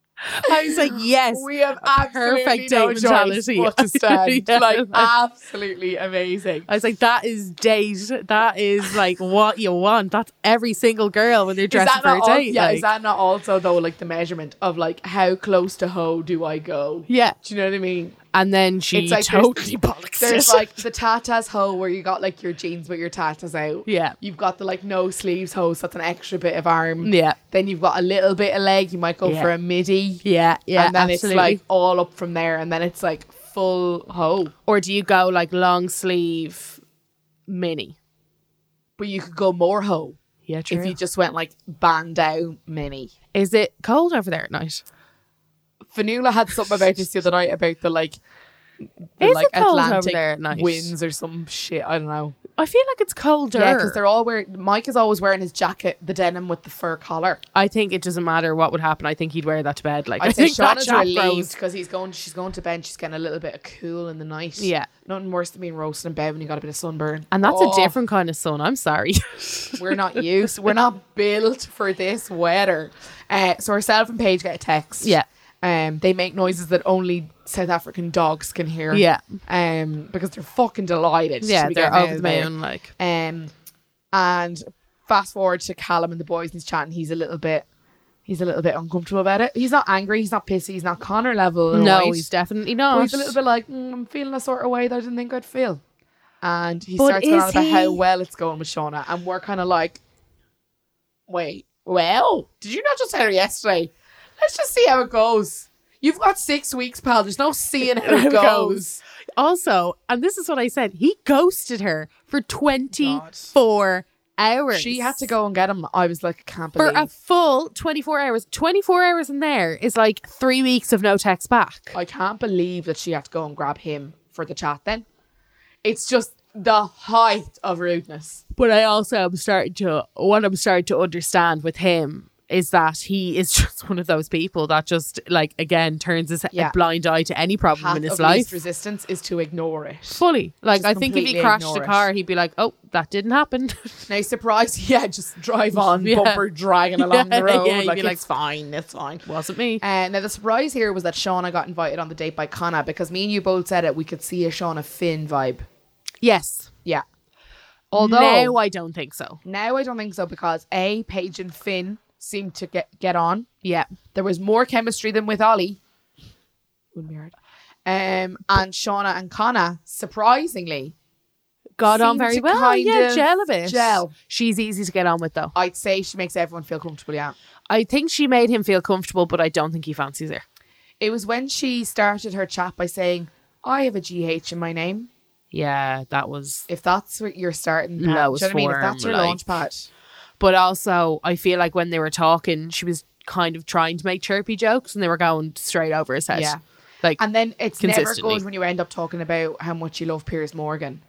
B: I was like, yes,
A: We have absolutely
B: perfect
A: no
B: date
A: choice
B: mentality.
A: but to stand.
B: [LAUGHS] Yeah,
A: Like,
B: like-
A: absolutely amazing.
B: I was like, that is date. That is like what you want. That's every single girl when they're
A: Is
B: dressed
A: that,
B: for a
A: not al-
B: date.
A: yeah,
B: like,
A: is that not also though like the measurement of like how close to hoe do I go?
B: yeah.
A: Do you know what I mean?
B: And then she
A: It's like [LAUGHS] there's-
B: totally bollocks
A: There's
B: [LAUGHS] it.
A: like the tatas hoe where you got like your jeans but your tatas out.
B: Yeah.
A: You've got the like no sleeves hoe, so that's an extra bit of arm.
B: yeah,
A: Then you've got a little bit of leg. You might go
B: Yeah.
A: for a midi.
B: yeah, yeah.
A: and then
B: absolutely.
A: it's like all up from there, and then it's like full hoe.
B: or do you go like long sleeve, mini?
A: But you could go more hoe
B: Yeah,
A: if you just went like bandeau mini.
B: is it cold over there at night?
A: Fanula had something about this the other night about the like, the,
B: Is it
A: like
B: cold over
A: Atlantic
B: there at night?
A: winds or some shit. I don't know.
B: I feel like it's colder.
A: Yeah, because they're all wearing. Mike is always wearing his jacket, the denim with the fur
B: [LAUGHS]
A: collar.
B: I think it doesn't matter what would happen. I think he'd wear that to bed. Like
A: I'd
B: I
A: say
B: think that
A: Shauna's
B: chap
A: relieved
B: grows.
A: because he's going. She's going to bed. She's getting a little bit of cool in the night.
B: Yeah.
A: nothing worse than being roasted in bed when you got a bit of sunburn.
B: And that's
A: Oh.
B: a different kind of sun. I'm sorry. [LAUGHS]
A: We're not used. We're not built for this weather. Uh, so herself and Paige get a text.
B: Yeah.
A: Um, they make noises that only South African dogs can hear.
B: Yeah.
A: Um, because they're fucking delighted. to
B: yeah,
A: be
B: they're
A: getting out
B: over the
A: of there.
B: moon. Like
A: Um, and fast forward to Callum and the boys, and he's chatting. He's a little bit, he's a little bit uncomfortable about it. He's not angry. He's not pissy. He's not Connor level. in a
B: no,
A: way.
B: he's definitely not.
A: But he's a little bit like "Mm, I'm feeling a sort of way that I didn't think I'd feel. And he
B: But
A: starts going on
B: is
A: about how
B: he-
A: well it's going with Shauna, and we're kind of like, wait, well, did you not just tell her yesterday? Let's just see how it goes. You've got six weeks, pal. There's no seeing
B: [LAUGHS]
A: how it goes.
B: Also, and this is what I said. He ghosted her for twenty four hours.
A: Oh She had to go and get him. I was like, can't
B: for
A: believe.
B: a full 24 hours. 24 hours in there is like three weeks of no text back.
A: I can't believe that she had to go and grab him for the chat. Then it's just the height of rudeness.
B: But I also am starting to, what I'm starting to understand with him is that he is [LAUGHS] just one of those people that just, like, again, turns his
A: Yeah.
B: blind eye to any problem
A: Path
B: in
A: of
B: his
A: least
B: life.
A: resistance is to ignore it.
B: Fully. Like,
A: Just
B: I think if he
A: completely
B: crashed
A: ignore
B: a
A: it.
B: car, he'd be like, oh, that didn't happen. [LAUGHS]
A: Now, surprise, [LAUGHS] yeah, just drive on,
B: Yeah.
A: bumper dragging along
B: Yeah,
A: the road.
B: yeah, you'd
A: like,
B: be
A: it's
B: like-
A: fine, it's fine.
B: Wasn't me.
A: [LAUGHS] Uh, now, the surprise here was that Shauna got invited on the date by Connor because me and you both said it, we could see a Shauna Finn vibe.
B: Yes.
A: Yeah. Although,
B: now I don't think so.
A: now I don't think so because A, Paige and Finn seemed to get, get on.
B: Yeah.
A: There was more chemistry than with Ollie. Wouldn't be hard. Um, and Shauna and Connor, surprisingly,
B: Got on
A: Seemed
B: very
A: to
B: well.
A: kind
B: yeah,
A: of
B: gel a bit.
A: gel.
B: She's easy to get on with, though.
A: I'd say she makes everyone feel comfortable. Yeah.
B: I think she made him feel comfortable, but I don't think he fancies her.
A: It was when she started her chat by saying, I have a GH in my name.
B: Yeah, that was.
A: If that's what you're starting, Pat,
B: Lowest
A: do you know what I mean? If
B: form,
A: that's your
B: like-
A: launch pad.
B: But also, I feel like when they were talking, she was kind of trying to make chirpy jokes, and they were going straight over his head.
A: Yeah.
B: like
A: And then it's never
B: Consistently.
A: good when you end up talking about how much you love Piers Morgan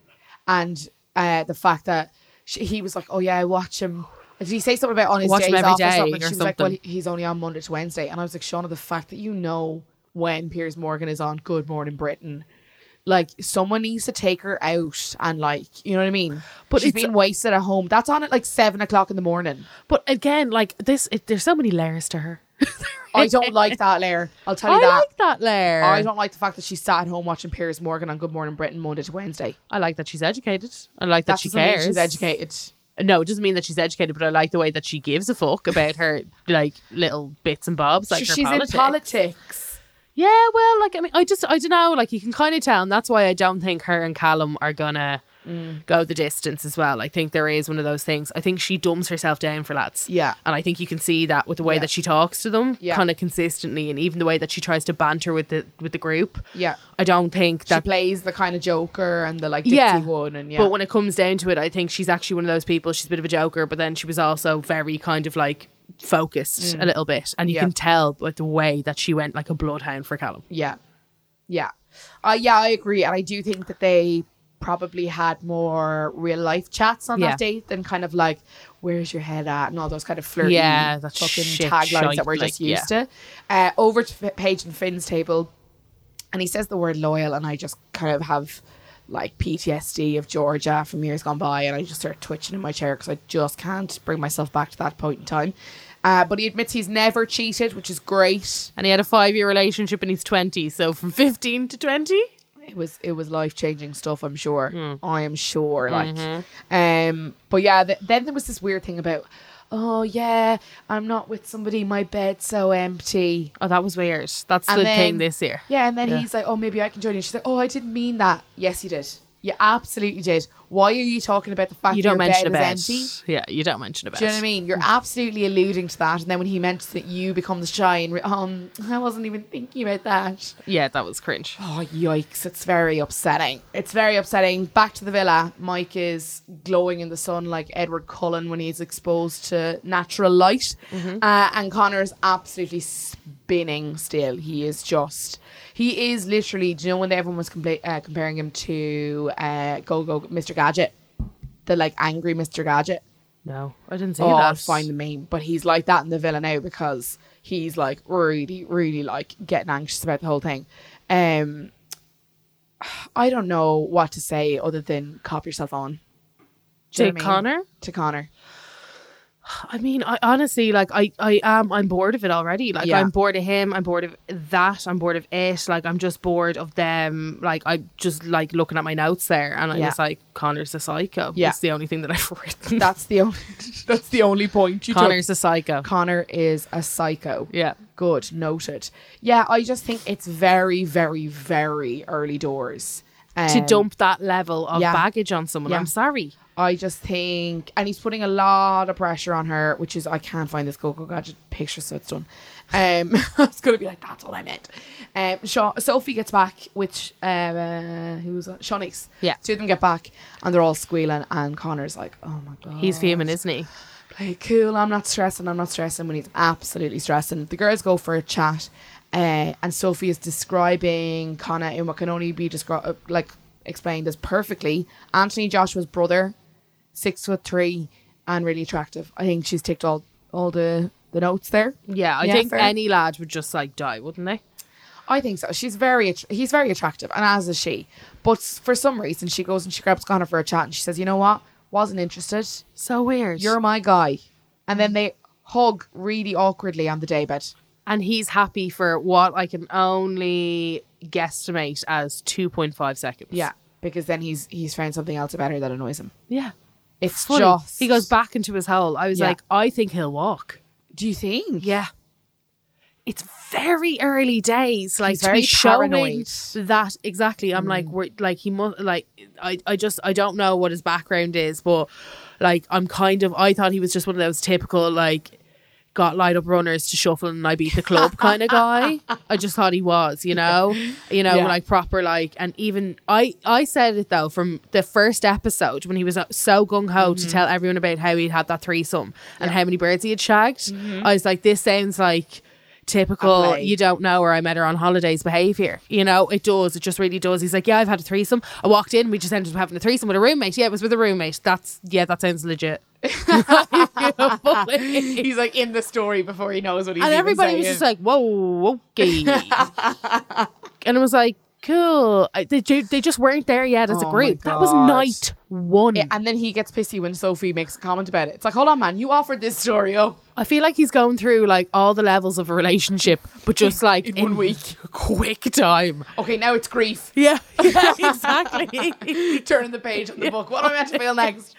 A: and uh, the fact that she, he was like, oh, yeah, I watch him. Did he say something about on his
B: Watch him
A: days
B: every
A: off or
B: day
A: something? And
B: or
A: she was like, well,
B: something.
A: he- he's only on Monday to Wednesday. And I was like, Shauna, the fact that you know when Piers Morgan is on Good Morning Britain, like someone needs to take her out and like, you know what I mean?
B: But
A: But she's
B: it's-
A: being wasted at home. That's on at like seven o'clock in the morning.
B: but again, like this, it, there's so many layers to her.
A: I
B: [LAUGHS]
A: don't like that, Lair. I'll tell you
B: I
A: that.
B: like that layer.
A: I don't like the fact that she sat at home watching Piers Morgan on Good Morning Britain Monday to Wednesday.
B: I like that she's educated. I like that
A: That
B: she
A: doesn't mean
B: cares.
A: She's educated.
B: No, it doesn't mean that she's educated, but I like the way that she gives a fuck about her like little bits and bobs. Like
A: She-
B: her
A: she's
B: politics.
A: in politics.
B: Yeah, well, like I mean, I just I don't know. Like you can kind of tell, and that's why I don't think her and Callum are gonna
A: Mm.
B: go the distance as well. I think there is one of those things. I think she dumbs herself down for lads.
A: Yeah.
B: and I think you can see that with the way
A: Yeah.
B: that she talks to them,
A: Yeah.
B: kind of consistently, and even the way that she tries to banter with the with the group.
A: Yeah.
B: I don't think
A: She
B: that.
A: plays the kind of Joker and the like Dixie
B: yeah,
A: one and yeah.
B: but when it comes down to it, I think she's actually one of those people. She's a bit of a joker, but then she was also very kind of like focused a little bit, and you
A: Mm. Yeah.
B: can tell with the way that she went like a bloodhound for Callum.
A: yeah, yeah, uh, yeah, I agree, and I do think that they probably had more real life chats on
B: Yeah.
A: that date than kind of like where's your head at and all those kind of flirty
B: Yeah, that
A: fucking
B: shit
A: taglines
B: shite,
A: that we're
B: like,
A: just used to. Uh, over to F- Paige and Finn's table, and he says the word loyal, and I just kind of have like PTSD of Georgia from years gone by, and I just start twitching in my chair because I just can't bring myself back to that point in time. Uh, but he admits he's never cheated, which is great.
B: and he had a five year relationship and he's 20 so from 15 to 20
A: it was it was life changing stuff. I'm sure.
B: Hmm.
A: I am sure. Like,
B: Mm-hmm.
A: um, but yeah. Th- then there was this weird thing about, oh yeah, I'm not with somebody. My bed's so empty.
B: oh that was weird that's
A: And
B: the
A: then-
B: thing this year
A: Yeah, and then
B: Yeah.
A: he's like, oh maybe I can join you. She's like, oh I didn't mean that. Yes, you did. You absolutely did. Why are you talking about the fact
B: you
A: that
B: don't
A: your
B: mention a
A: bed
B: bed Mm.
A: is empty?
B: yeah you don't mention a bed
A: Do you know what I mean? You're absolutely alluding to that, and then when he mentions that you become the shy and re- um, I wasn't even thinking about that.
B: yeah that was cringe
A: Oh, yikes. It's very upsetting. It's very upsetting. Back to the villa. Mike is glowing in the sun like Edward Cullen when he's exposed to natural light. Uh, and Connor is absolutely spinning still. He is just, he is literally, do you know when everyone was compla- uh, comparing him to uh, Go Go Mr. Gadget? The like angry Mr. Gadget.
B: no i didn't see
A: Oh, I'll
B: that
A: find the meme. But he's like that in the villa now because he's like really, really like getting anxious about the whole thing. Um I don't know what to say other than cop yourself on. Do you know
B: To
A: what
B: Connor?
A: To Connor.
B: i mean i honestly like i i am i'm bored of it already like
A: Yeah.
B: i'm bored of him i'm bored of that i'm bored of it like i'm just bored of them like i just like looking at my notes there and i
A: Yeah.
B: was like connor's a psycho
A: Yeah.
B: it's the only thing that i've [LAUGHS] written
A: That's the only [LAUGHS] that's the only point you
B: connor's
A: took.
B: a psycho
A: Connor is a psycho.
B: yeah
A: Good, noted. Yeah, I just think it's very, very, very early doors.
B: to
A: Um,
B: dump that level of
A: yeah.
B: baggage on someone.
A: Yeah.
B: I'm sorry.
A: I just think, and he's putting a lot of pressure on her, which is I can't find this Google Gadget picture, so it's done. Um, [LAUGHS] I was gonna be like, that's what I meant. Um, Sha- Sophie gets back, which uh, uh, who was Shawnee's.
B: Yeah.
A: two of them get back, and they're all squealing, and Connor's like, oh my god,
B: He's fuming, isn't he?
A: like cool i'm not stressing i'm not stressing when he's absolutely stressing the girls go for a chat uh, and sophie is describing connor in what can only be described like explained as perfectly anthony joshua's brother six foot three and really attractive i think she's ticked all all the the notes there
B: Yeah, I
A: Yeah,
B: think
A: fair.
B: any lad would just like die, wouldn't they?
A: I think so. She's very, att- he's very attractive, and as is she. But s- for some reason, she goes and she grabs Connor for a chat, and she says, "You know what? Wasn't interested.
B: So weird.
A: You're my guy." And then they hug really awkwardly on the daybed.
B: and he's happy for what I can only guesstimate as 2.5 seconds.
A: Yeah, because then he's he's found something else about her that annoys him.
B: Yeah.
A: It's
B: Funny.
A: just
B: He goes back into his hole. I was
A: Yeah.
B: like, I think he'll walk.
A: Do you think?
B: [LAUGHS] Yeah. It's very early days. Like
A: He's
B: to
A: very
B: be showing
A: paranoid.
B: that exactly. I'm like, we're like he must like I, I just I don't know what his background is, but like I'm kind of I thought he was just one of those typical like got light up runners to shuffle and I beat the club kind of guy. I just thought he was, you know, you know,
A: Yeah.
B: like proper like, and even I, I said it though from the first episode when he was uh, so gung ho to tell everyone about how he'd had that threesome and how many birds he had shagged. I was like, this sounds like
A: A
B: typical
A: play.
B: you don't know where I met her on holidays behavior. You know, it does. It just really does. He's like, yeah, I've had a threesome. I walked in, we just ended up having a threesome with a roommate. Yeah, it was with a roommate. That's yeah, that sounds legit.
A: [LAUGHS] He's like in the story before he knows what he's
B: and
A: even
B: everybody was
A: saying.
B: just like, "Whoa, okay,"
A: [LAUGHS]
B: and it was like, "Cool." I, they ju- they just weren't there yet as
A: Oh
B: a
A: my
B: group. That was
A: God.
B: night one.
A: Yeah, and then he gets pissy when Sophie makes a comment about it. It's like, hold on, man, you offered this story Oh, up.
B: I feel like he's going through like all the levels of a relationship, but just like
A: In one week.
B: quick time.
A: Okay, now it's grief.
B: [LAUGHS] Yeah, yeah exactly.
A: [LAUGHS] Turning the page on the book. What am I meant to feel next?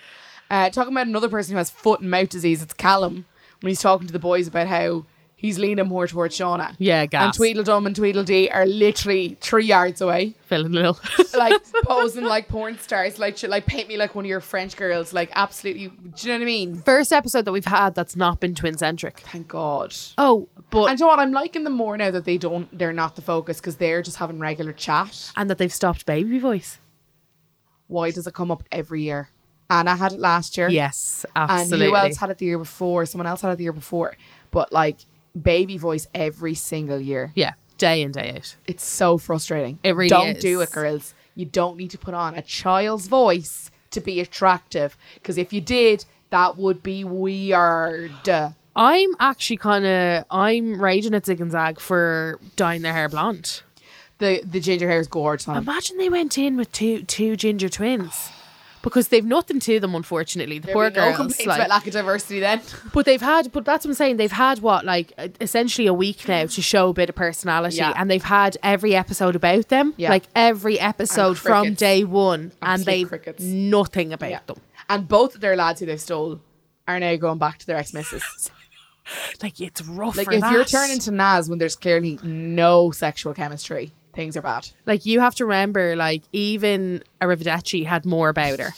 A: Uh, talking about another person who has foot and mouth disease, it's Callum, when he's talking to the boys about how he's leaning more towards Shauna.
B: Yeah,
A: And
B: gas.
A: Tweedledum and Tweedledee are literally three yards away.
B: Feeling a
A: [LAUGHS]
B: little. [LAUGHS]
A: like posing like porn stars, like shit, like paint me like one of your French girls, like absolutely. Do you know what I mean?
B: First episode that we've had that's not been twin centric.
A: Thank God.
B: Oh, but
A: And
B: and,
A: you know what? I'm liking them more now that they don't, they're not the focus because they're just having regular chat.
B: that they've stopped baby voice.
A: Why does it come up every year? Anna had it last year.
B: Yes,
A: And
B: absolutely.
A: who else had it the year before? Someone else had it the year before. But like baby voice every single year.
B: yeah, day in day out.
A: It's so frustrating.
B: It really
A: don't
B: is.
A: do it, girls. You don't need to put on a child's voice to be attractive. Because if you did, that would be weird.
B: I'm actually kind of I'm raging at Zig and Zag for dyeing their hair blonde.
A: The the ginger hair is gorgeous. On him.
B: Imagine they went in with two two ginger twins, because they've nothing to them. Unfortunately, the
A: There'd
B: [LAUGHS] poor
A: be no
B: girls.
A: complaints
B: like-
A: about lack of diversity then.
B: but they've had, but that's what I'm saying. They've had what like e- essentially a week now to show a bit of personality,
A: Yeah.
B: and they've had every episode about them,
A: Yeah.
B: like every episode from
A: crickets.
B: day one, and
A: Absolute
B: they
A: crickets.
B: nothing about
A: Yeah.
B: them.
A: And both of their lads who they've stole are now going back to their ex misses.
B: Like it's rough.
A: like
B: for
A: if you're
B: that.
A: turning to Naz when there's clearly no sexual chemistry, things are bad.
B: like you have to remember, like even Arrivederci had more about her.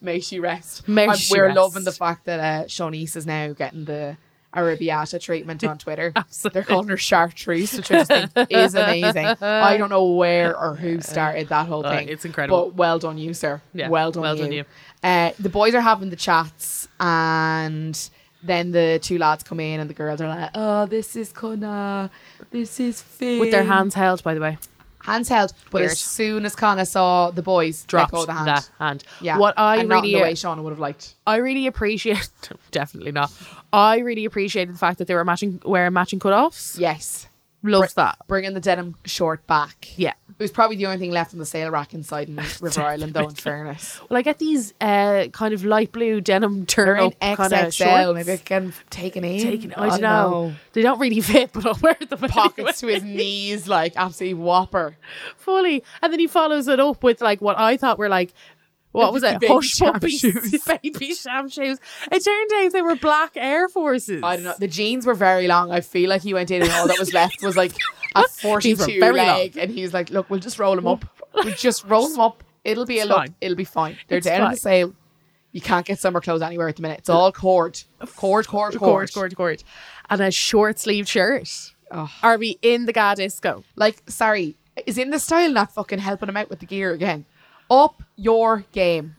A: May she rest.
B: May
A: I'm-
B: she
A: we're
B: rest.
A: loving the fact that uh, Shawnice is now getting the Arabiata treatment on Twitter.
B: [LAUGHS] Absolutely.
A: They're calling her Chartreuse, which I just think is amazing. I don't know where or
B: [LAUGHS]
A: who started that whole thing.
B: Uh, it's incredible.
A: But well done you, sir.
B: Yeah,
A: well done
B: well
A: you.
B: done you.
A: Uh, the boys are having the chats and then the two lads come in and the girls are like, oh, this is Connor. This is Finn.
B: with their hands held, by the way.
A: Hands held. But
B: Weird.
A: as soon as Connor saw the boys,
B: Dropped
A: let go of the hand.
B: that hand.
A: Yeah.
B: What I
A: and not in the way
B: really,
A: Shauna would have liked.
B: I really appreciate, [LAUGHS] definitely not. I really appreciated the fact that they were matching, wearing matching cutoffs.
A: Yes.
B: Loved that.
A: Bringing the denim short back.
B: Yeah.
A: It was probably the only thing left on the sale rack inside
B: [LAUGHS]
A: in River Island, though, in fairness.
B: Well, I get these uh, kind of light blue denim
A: They're in
B: turn kind of
A: XXL. Maybe I can take an in.
B: Taken, I don't [LAUGHS] know. They don't really fit, but I'll wear them
A: Pockets to
B: anyway.
A: his knees, like absolutely whopper.
B: [LAUGHS] fully. And then he follows it up with like what I thought were like. What was it?
A: Baby
B: Hush
A: sham
B: puppies, [LAUGHS]
A: shoes.
B: baby sham shoes. It turned out they were black Air Forces. [LAUGHS]
A: I don't know. The jeans were very long. I feel like he went in and all that was left was like a
B: These were
A: 42
B: very long.
A: leg, and he's like, "Look, we'll just roll them up. We'll just roll them up. It'll be a
B: It's
A: look.
B: fine.
A: It'll be fine. They're
B: It's
A: down in
B: fine.
A: the sale. You can't get summer clothes anywhere at the minute. It's all cord, cord, cord,
B: Cord,
A: cord,
B: cord, cord. And a short sleeve shirt.
A: Ugh.
B: Are we in the ga disco?
A: Like, sorry, is in the style not fucking helping him out with the gear again? Up your game.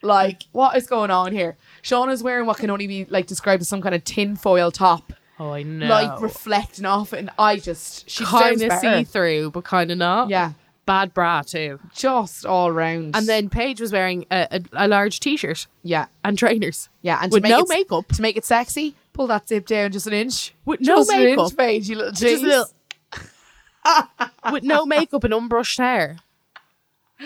A: Like, what is going on here? Sean is wearing what can only be like described as some kind of tinfoil top,
B: [LAUGHS] Oh, I know.
A: like reflecting off, it, and I just she
B: kind of see
A: see,
B: through, but kind of not.
A: yeah,
B: Bad bra, too.
A: just all round.
B: And then Paige was wearing a, a, a large t shirt
A: yeah,
B: and trainers.
A: Yeah, and
B: With
A: to make
B: no
A: it,
B: makeup.
A: to make it sexy, pull that zip down just an inch.
B: With no
A: just an
B: makeup.
A: inch, Paige, you little
B: Just
A: cheese.
B: a little. with no makeup and unbrushed hair.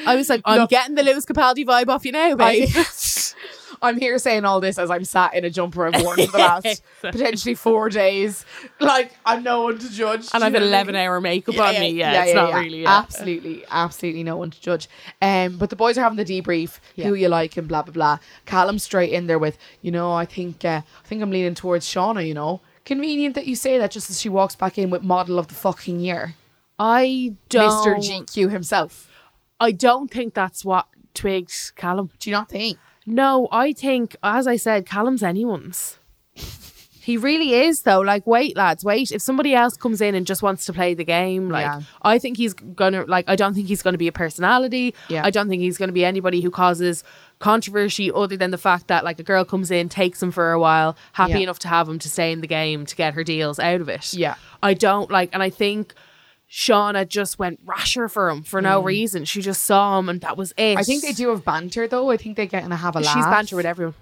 B: I was like, I'm
A: Look-
B: getting the Lewis Capaldi vibe off you now, [LAUGHS] babe.
A: I, [LAUGHS] I'm here saying all this as I'm sat in a jumper I've worn
B: [LAUGHS]
A: for the last potentially four days. Like I'm no one to judge.
B: and
A: do you know what
B: I've
A: I
B: an
A: mean?
B: 11 hour makeup on me. Yeah, Ah, it's not really. Yeah.
A: Absolutely, absolutely no one to judge. Um, but the boys are having the debrief,
B: Yeah.
A: who you like and blah blah blah. Callum's straight in there with, you know, I think uh, I think I'm leaning towards Shauna. You know, convenient that you say that just as she walks back in with model of the fucking year,
B: I
A: Mister
B: don't.
A: GQ himself.
B: I don't think that's what twigged Callum.
A: Do you not think?
B: No, I think, as I said, Callum's anyone's. he really is, though. Like, wait, lads, wait. If somebody else comes in and just wants to play the game, like,
A: Yeah.
B: I think he's gonna, like, I don't think he's gonna be a personality.
A: Yeah.
B: I don't think he's gonna be anybody who causes controversy other than the fact that, like, a girl comes in, takes him for a while, happy
A: Yeah.
B: enough to have him to stay in the game to get her deals out of it.
A: Yeah.
B: I don't like, and I think. Shauna just went rasher for him for no reason. She just saw him and that was it.
A: Mm. I think they do have banter though. I think they get and have a laugh.
B: She's banter with everyone.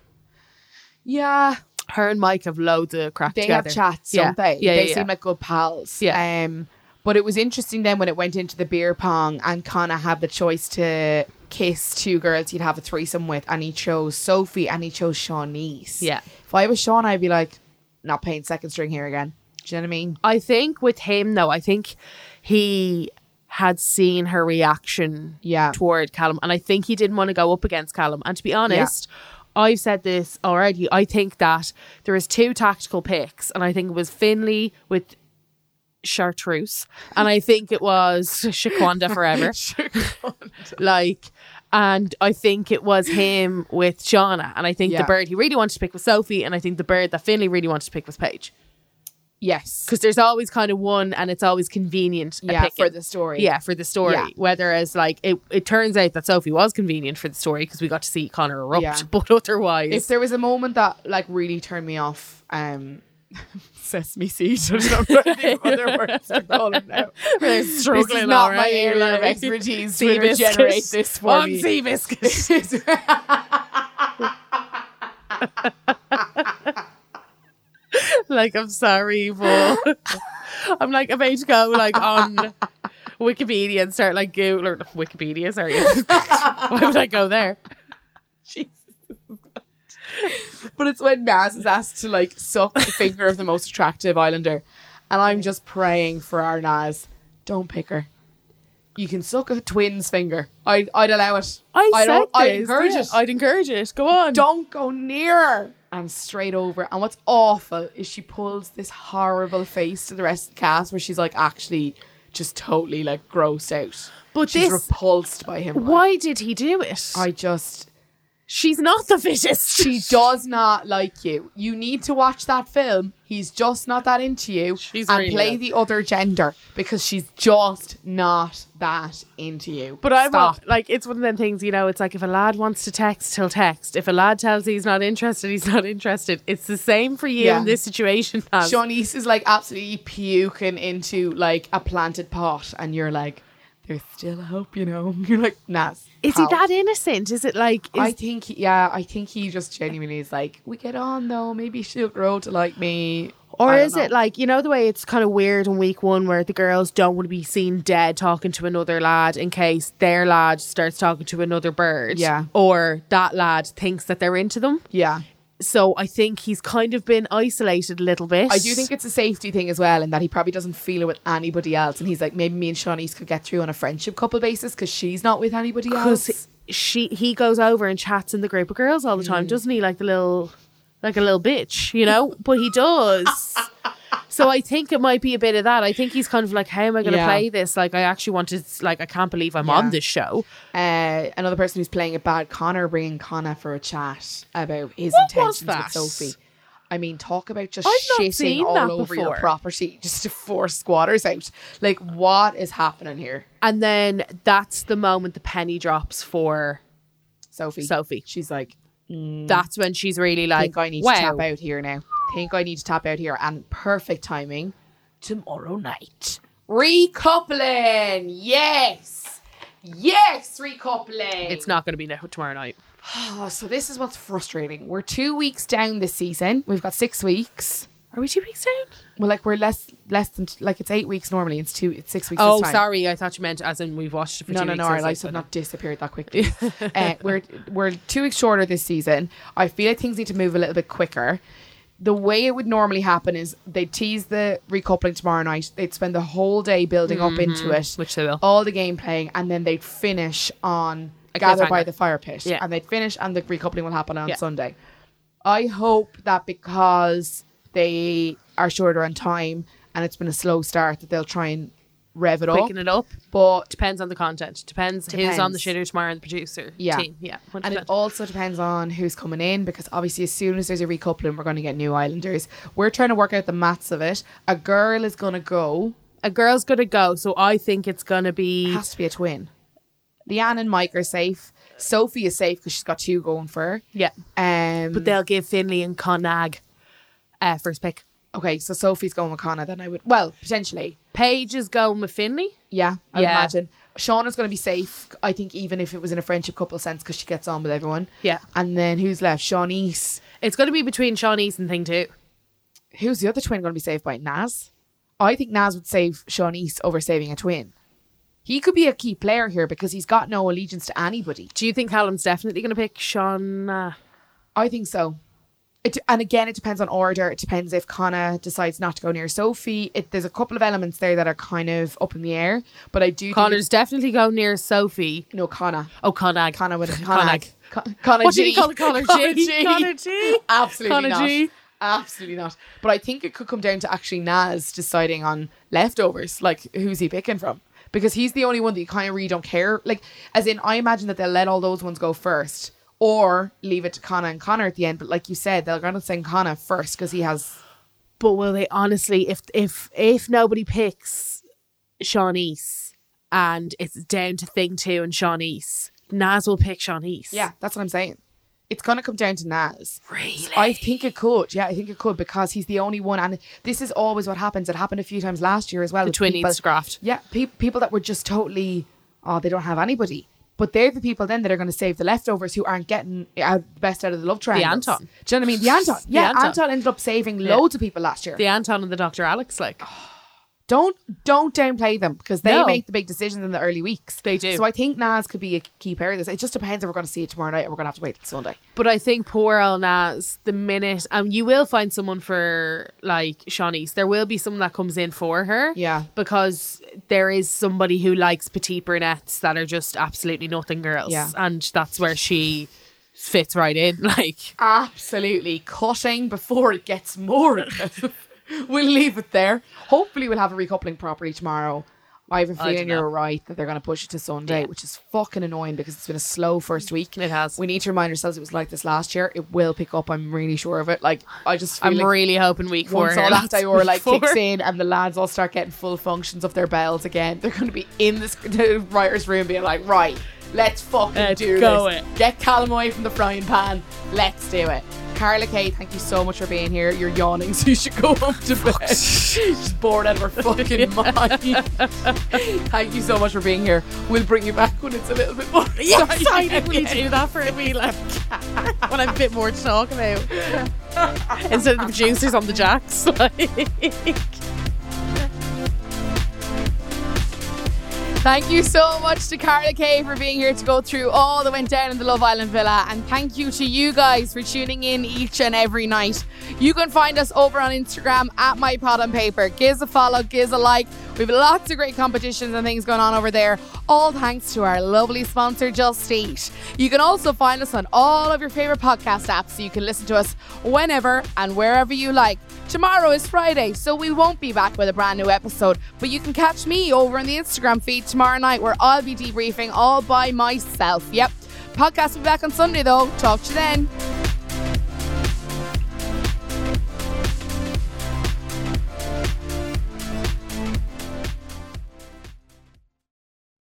A: Yeah,
B: Her and Mike have loads of crack
A: they
B: together.
A: have chats,
B: yeah.
A: don't they?
B: Yeah,
A: they
B: yeah,
A: seem
B: yeah.
A: like good pals.
B: Yeah.
A: Um, but it was interesting then when it went into the beer pong and Connor had the choice to kiss two girls he'd have a threesome with, and he chose Sophie and he chose Shawnice.
B: Yeah.
A: If I was Sean, I'd be like, not playing second string here again. Do you know what I mean?
B: I think with him though, I think he had seen her reaction
A: Yeah.
B: toward Callum, and I think he didn't want to go up against Callum. And to be honest, I've said this already. I think that there is two tactical picks, and I think it was Finley with chartreuse, and I think it was
A: [LAUGHS]
B: Shaquanda forever. like, and I think it was him with Shauna, and I think the
A: Yeah.
B: bird he really wanted to pick was Sophie, and I think the bird that Finley really wanted to pick was Paige
A: Yes.
B: because there's always kind of one and it's always convenient a
A: Yeah,
B: picking.
A: for the story.
B: yeah for the story
A: Yeah.
B: whereas like it, it turns out that sophie was convenient for the story because we got to see connor erupt
A: Yeah.
B: [LAUGHS] but otherwise
A: If there was a moment that like really turned me off, um, sesame seed. I
B: [LAUGHS]
A: don't know the other words to call it now.
B: there's
A: This is not my area of expertise to regenerate this for
B: on
A: me.
B: sea biscuit
A: [LAUGHS]
B: like i'm sorry but [LAUGHS] i'm like about to go like on wikipedia and start like google or wikipedia sorry [LAUGHS] why would i go there
A: but it's when Naz is asked to like suck the finger of the most attractive islander, and I'm just praying for our Naz. Don't pick her. You can suck a twin's finger. I'd, I'd allow it.
B: I, said
A: don't. I
B: this,
A: encourage
B: yeah.
A: it.
B: I'd encourage it. Go on.
A: don't go near her. And straight over. And what's awful is she pulls this horrible face to the rest of the cast where she's like actually just totally like grossed out.
B: But
A: She's
B: this-
A: repulsed by him. like,
B: Why did he do it?
A: I just
B: She's not the fittest.
A: he does not like you. You need to watch that film. He's just not that into you.
B: She's
A: and
B: really
A: play
B: not.
A: the other gender because she's just not that into you.
B: [LAUGHS] But I'm
A: Stop.
B: like, it's one of them things, you know. It's like if a lad wants to text, he'll text. If a lad tells you he's not interested, he's not interested. It's the same for you
A: Yeah.
B: in this situation. As
A: Shawnice is like absolutely puking into like a planted pot, and you're like, there's still hope, you know. [LAUGHS] You're like, Nas.
B: is he
A: pal."
B: that innocent? Is it like? Is,
A: I think, he, yeah, I think he just genuinely is like, we get on though. Maybe she'll grow to like me.
B: or
A: I don't
B: is
A: know.
B: it like you know the way it's kind of weird in week one where the girls don't want to be seen dead talking to another lad in case their lad starts talking to another bird.
A: Yeah.
B: Or that lad thinks that they're into them.
A: Yeah,
B: So I think he's kind of been isolated a little bit.
A: I do think it's a safety thing as well, and that he probably doesn't feel it with anybody else. And he's like, maybe me and Shawnice could get through on a friendship couple basis because she's not with anybody else.
B: because she he goes over and chats in the group of girls all the
A: Mm. [LAUGHS]
B: time, doesn't he? Like the little, like a little bitch, you know. but he does. so I think it might be a bit of that. I think he's kind of like, how am I going to
A: Yeah.
B: play this? Like, I actually want to, like, I can't believe I'm
A: Yeah.
B: on this show.
A: Uh, another person who's playing it bad, Connor, bringing Connor for a chat about his
B: What
A: intentions
B: was that?
A: with Sophie. I mean, talk about just
B: I've not
A: shitting
B: seen
A: all
B: that
A: over your
B: before.
A: property [LAUGHS] just to force squatters out. Like, what is happening here,
B: And then that's the moment the penny drops for
A: Sophie?
B: Sophie.
A: she's like,
B: That's when she's really like,
A: Mm. think I need
B: wow.
A: to tap out here now. Think I need to tap out here. And perfect timing. Tomorrow night. Recoupling. Yes. Yes, recoupling.
B: It's not going to be now, tomorrow night.
A: Oh, so this is what's frustrating. We're two weeks down this season. We've got six weeks.
B: Are we two weeks down?
A: Well, like we're less less than like it's eight weeks normally. It's two. It's six weeks.
B: Oh,
A: this time.
B: sorry. I thought you meant as in we've watched it for
A: No,
B: two
A: no,
B: weeks.
A: no.
B: I
A: Our
B: was
A: lives
B: like,
A: have not disappeared that quickly. uh, we're we're two weeks shorter this season. I feel like things need to move a little bit quicker. The way it would normally happen is they tease the recoupling tomorrow night. They'd spend the whole day building up into it,
B: Mm-hmm. which they will.
A: all the game playing, and then they'd finish on
B: A
A: gather by
B: cliffhanger.
A: the fire pit,
B: Yeah.
A: and they'd finish, and the recoupling will happen on
B: Yeah.
A: Sunday. I hope that because they are shorter on time and it's been a slow start, that they'll try and rev it up.
B: Picking it up
A: But
B: depends on the content. Depends, who's on the
A: Depends.
B: shitter tomorrow and the producer
A: Yeah.
B: team. Yeah, 100%.
A: And it also depends on who's coming in because obviously, as soon as there's a recoupling, we're going to get new Islanders. We're trying to work out the maths of it. A girl is going to go.
B: a girl's gonna go, so I think it's gonna
A: It
B: be
A: has to be a twin. Leanne and Mike are safe. Sophie is safe because she's got two going for
B: yeah.
A: her. Um,
B: But they'll give Finley and Conag uh, first pick.
A: okay, so Sophie's going with Connor. Then I would, well, potentially,
B: Paige is going with Finley.
A: yeah, I would
B: Yeah.
A: imagine. Shauna's going to be safe. I think even if it was in a friendship couple sense because she gets on with everyone.
B: Yeah.
A: And then who's left? Shawnee's.
B: It's gonna be between Sean Easton thing too.
A: who's the other twin going to be saved by? Naz? I think Naz would save Sean East over saving a twin. He could be a key player here because he's got no allegiance to anybody.
B: Do you think Callum's definitely gonna pick Sean? Uh,
A: I think so. It, and again, it depends on order. It depends if Connor decides not to go near Sophie. It, there's a couple of elements there that are kind of up in the air, but I do think.
B: Connor's definitely going near Sophie.
A: No, Connor.
B: Oh, Conag.
A: Connor would have.
B: Conag.
A: Connor
B: What
A: G.
B: did he call it? Connor G.
A: Connor
B: Connor
A: G.
B: G.
A: [LAUGHS] Absolutely
B: Connor
A: not.
B: G.
A: Absolutely not. But I think it could come down to actually Naz deciding on leftovers. Like, who's he picking from? Because he's the only one that you kind of really don't care. Like, as in, I imagine that they'll let all those ones go first or leave it to Connor and Connor at the end. But like you said, they're going to send Connor first because he has.
B: But will they honestly? If if if nobody picks Sean East and it's down to thing two and Sean East, Naz will pick Sean East.
A: Yeah, that's what I'm saying. It's going to come down to Naz.
B: Really?
A: I think it could. Yeah, I think it could because he's the only one. And this is always what happens. It happened a few times last year as well.
B: the
A: with
B: twin
A: people-
B: needs to graft.
A: Yeah, pe- people that were just totally, oh, they don't have anybody. But they're the people then that are going to save the leftovers who aren't getting out the best out of the love triangle.
B: Anton.
A: Do you know what I mean? The Anton.
B: The
A: Yeah, Anton.
B: Anton.
A: ended up saving loads of people last year.
B: The Anton and the Dr. Alex, like
A: Don't don't downplay them because they
B: No.
A: make the big decisions in the early weeks.
B: They do.
A: So I think Nas could be a key player of this. It just depends if we're going to see it tomorrow night or we're going to have to wait till Sunday.
B: But I think poor old Naz, the minute, um, you will find someone for like Shawnee's. There will be someone that comes in for her.
A: Yeah.
B: Because there is somebody who likes petite brunettes that are just absolutely nothing girls.
A: Yeah.
B: And that's where she fits right in. [LAUGHS] Like,
A: absolutely cutting before it gets more aggressive. [LAUGHS] we'll leave it there. Hopefully, we'll have a recoupling property tomorrow. I have a
B: I
A: feeling
B: dunno.
A: you're right that they're going to push it to Sunday, which is fucking annoying because it's been a slow first week.
B: It has.
A: We need to remind ourselves it was like this last year. It will pick up. I'm really sure of it. Like I just feel
B: I'm
A: like
B: really hoping week four.
A: once
B: her
A: all that
B: lasts
A: Diora like
B: before.
A: kicks in and the lads all start getting full functions of their bells again, they're going to be in this the writer's room being like, right, let's fucking
B: Let's
A: do
B: go
A: this.
B: it."
A: Get Callum away from the frying pan. Let's do it. Carla Kay, thank you so much for being here. You're yawning, so you should go home to bed. [LAUGHS] She's bored out of her
B: [LAUGHS]
A: fucking mind. thank you so much for being here. We'll bring you back when it's a little bit more.
B: [LAUGHS] Yes, I
A: exciting.
B: did. Will you do that for me? Like, [LAUGHS] when I'm a bit more to talk about. Instead of the producers on the jacks. [LAUGHS] Like.
A: Thank you so much to Carla Kay for being here to go through all that went down in the Love Island Villa. And thank you to you guys for tuning in each and every night. You can find us over on Instagram at My Pod on Paper. Give us a follow, give us a like. We have lots of great competitions and things going on over there. All thanks to our lovely sponsor, Just Eat. You can also find us on all of your favorite podcast apps so you can listen to us whenever and wherever you like. Tomorrow is Friday, so we won't be back with a brand new episode. But you can catch me over on the Instagram feed tomorrow night where I'll be debriefing all by myself. Yep. Podcast will be back on Sunday though. Talk to you then.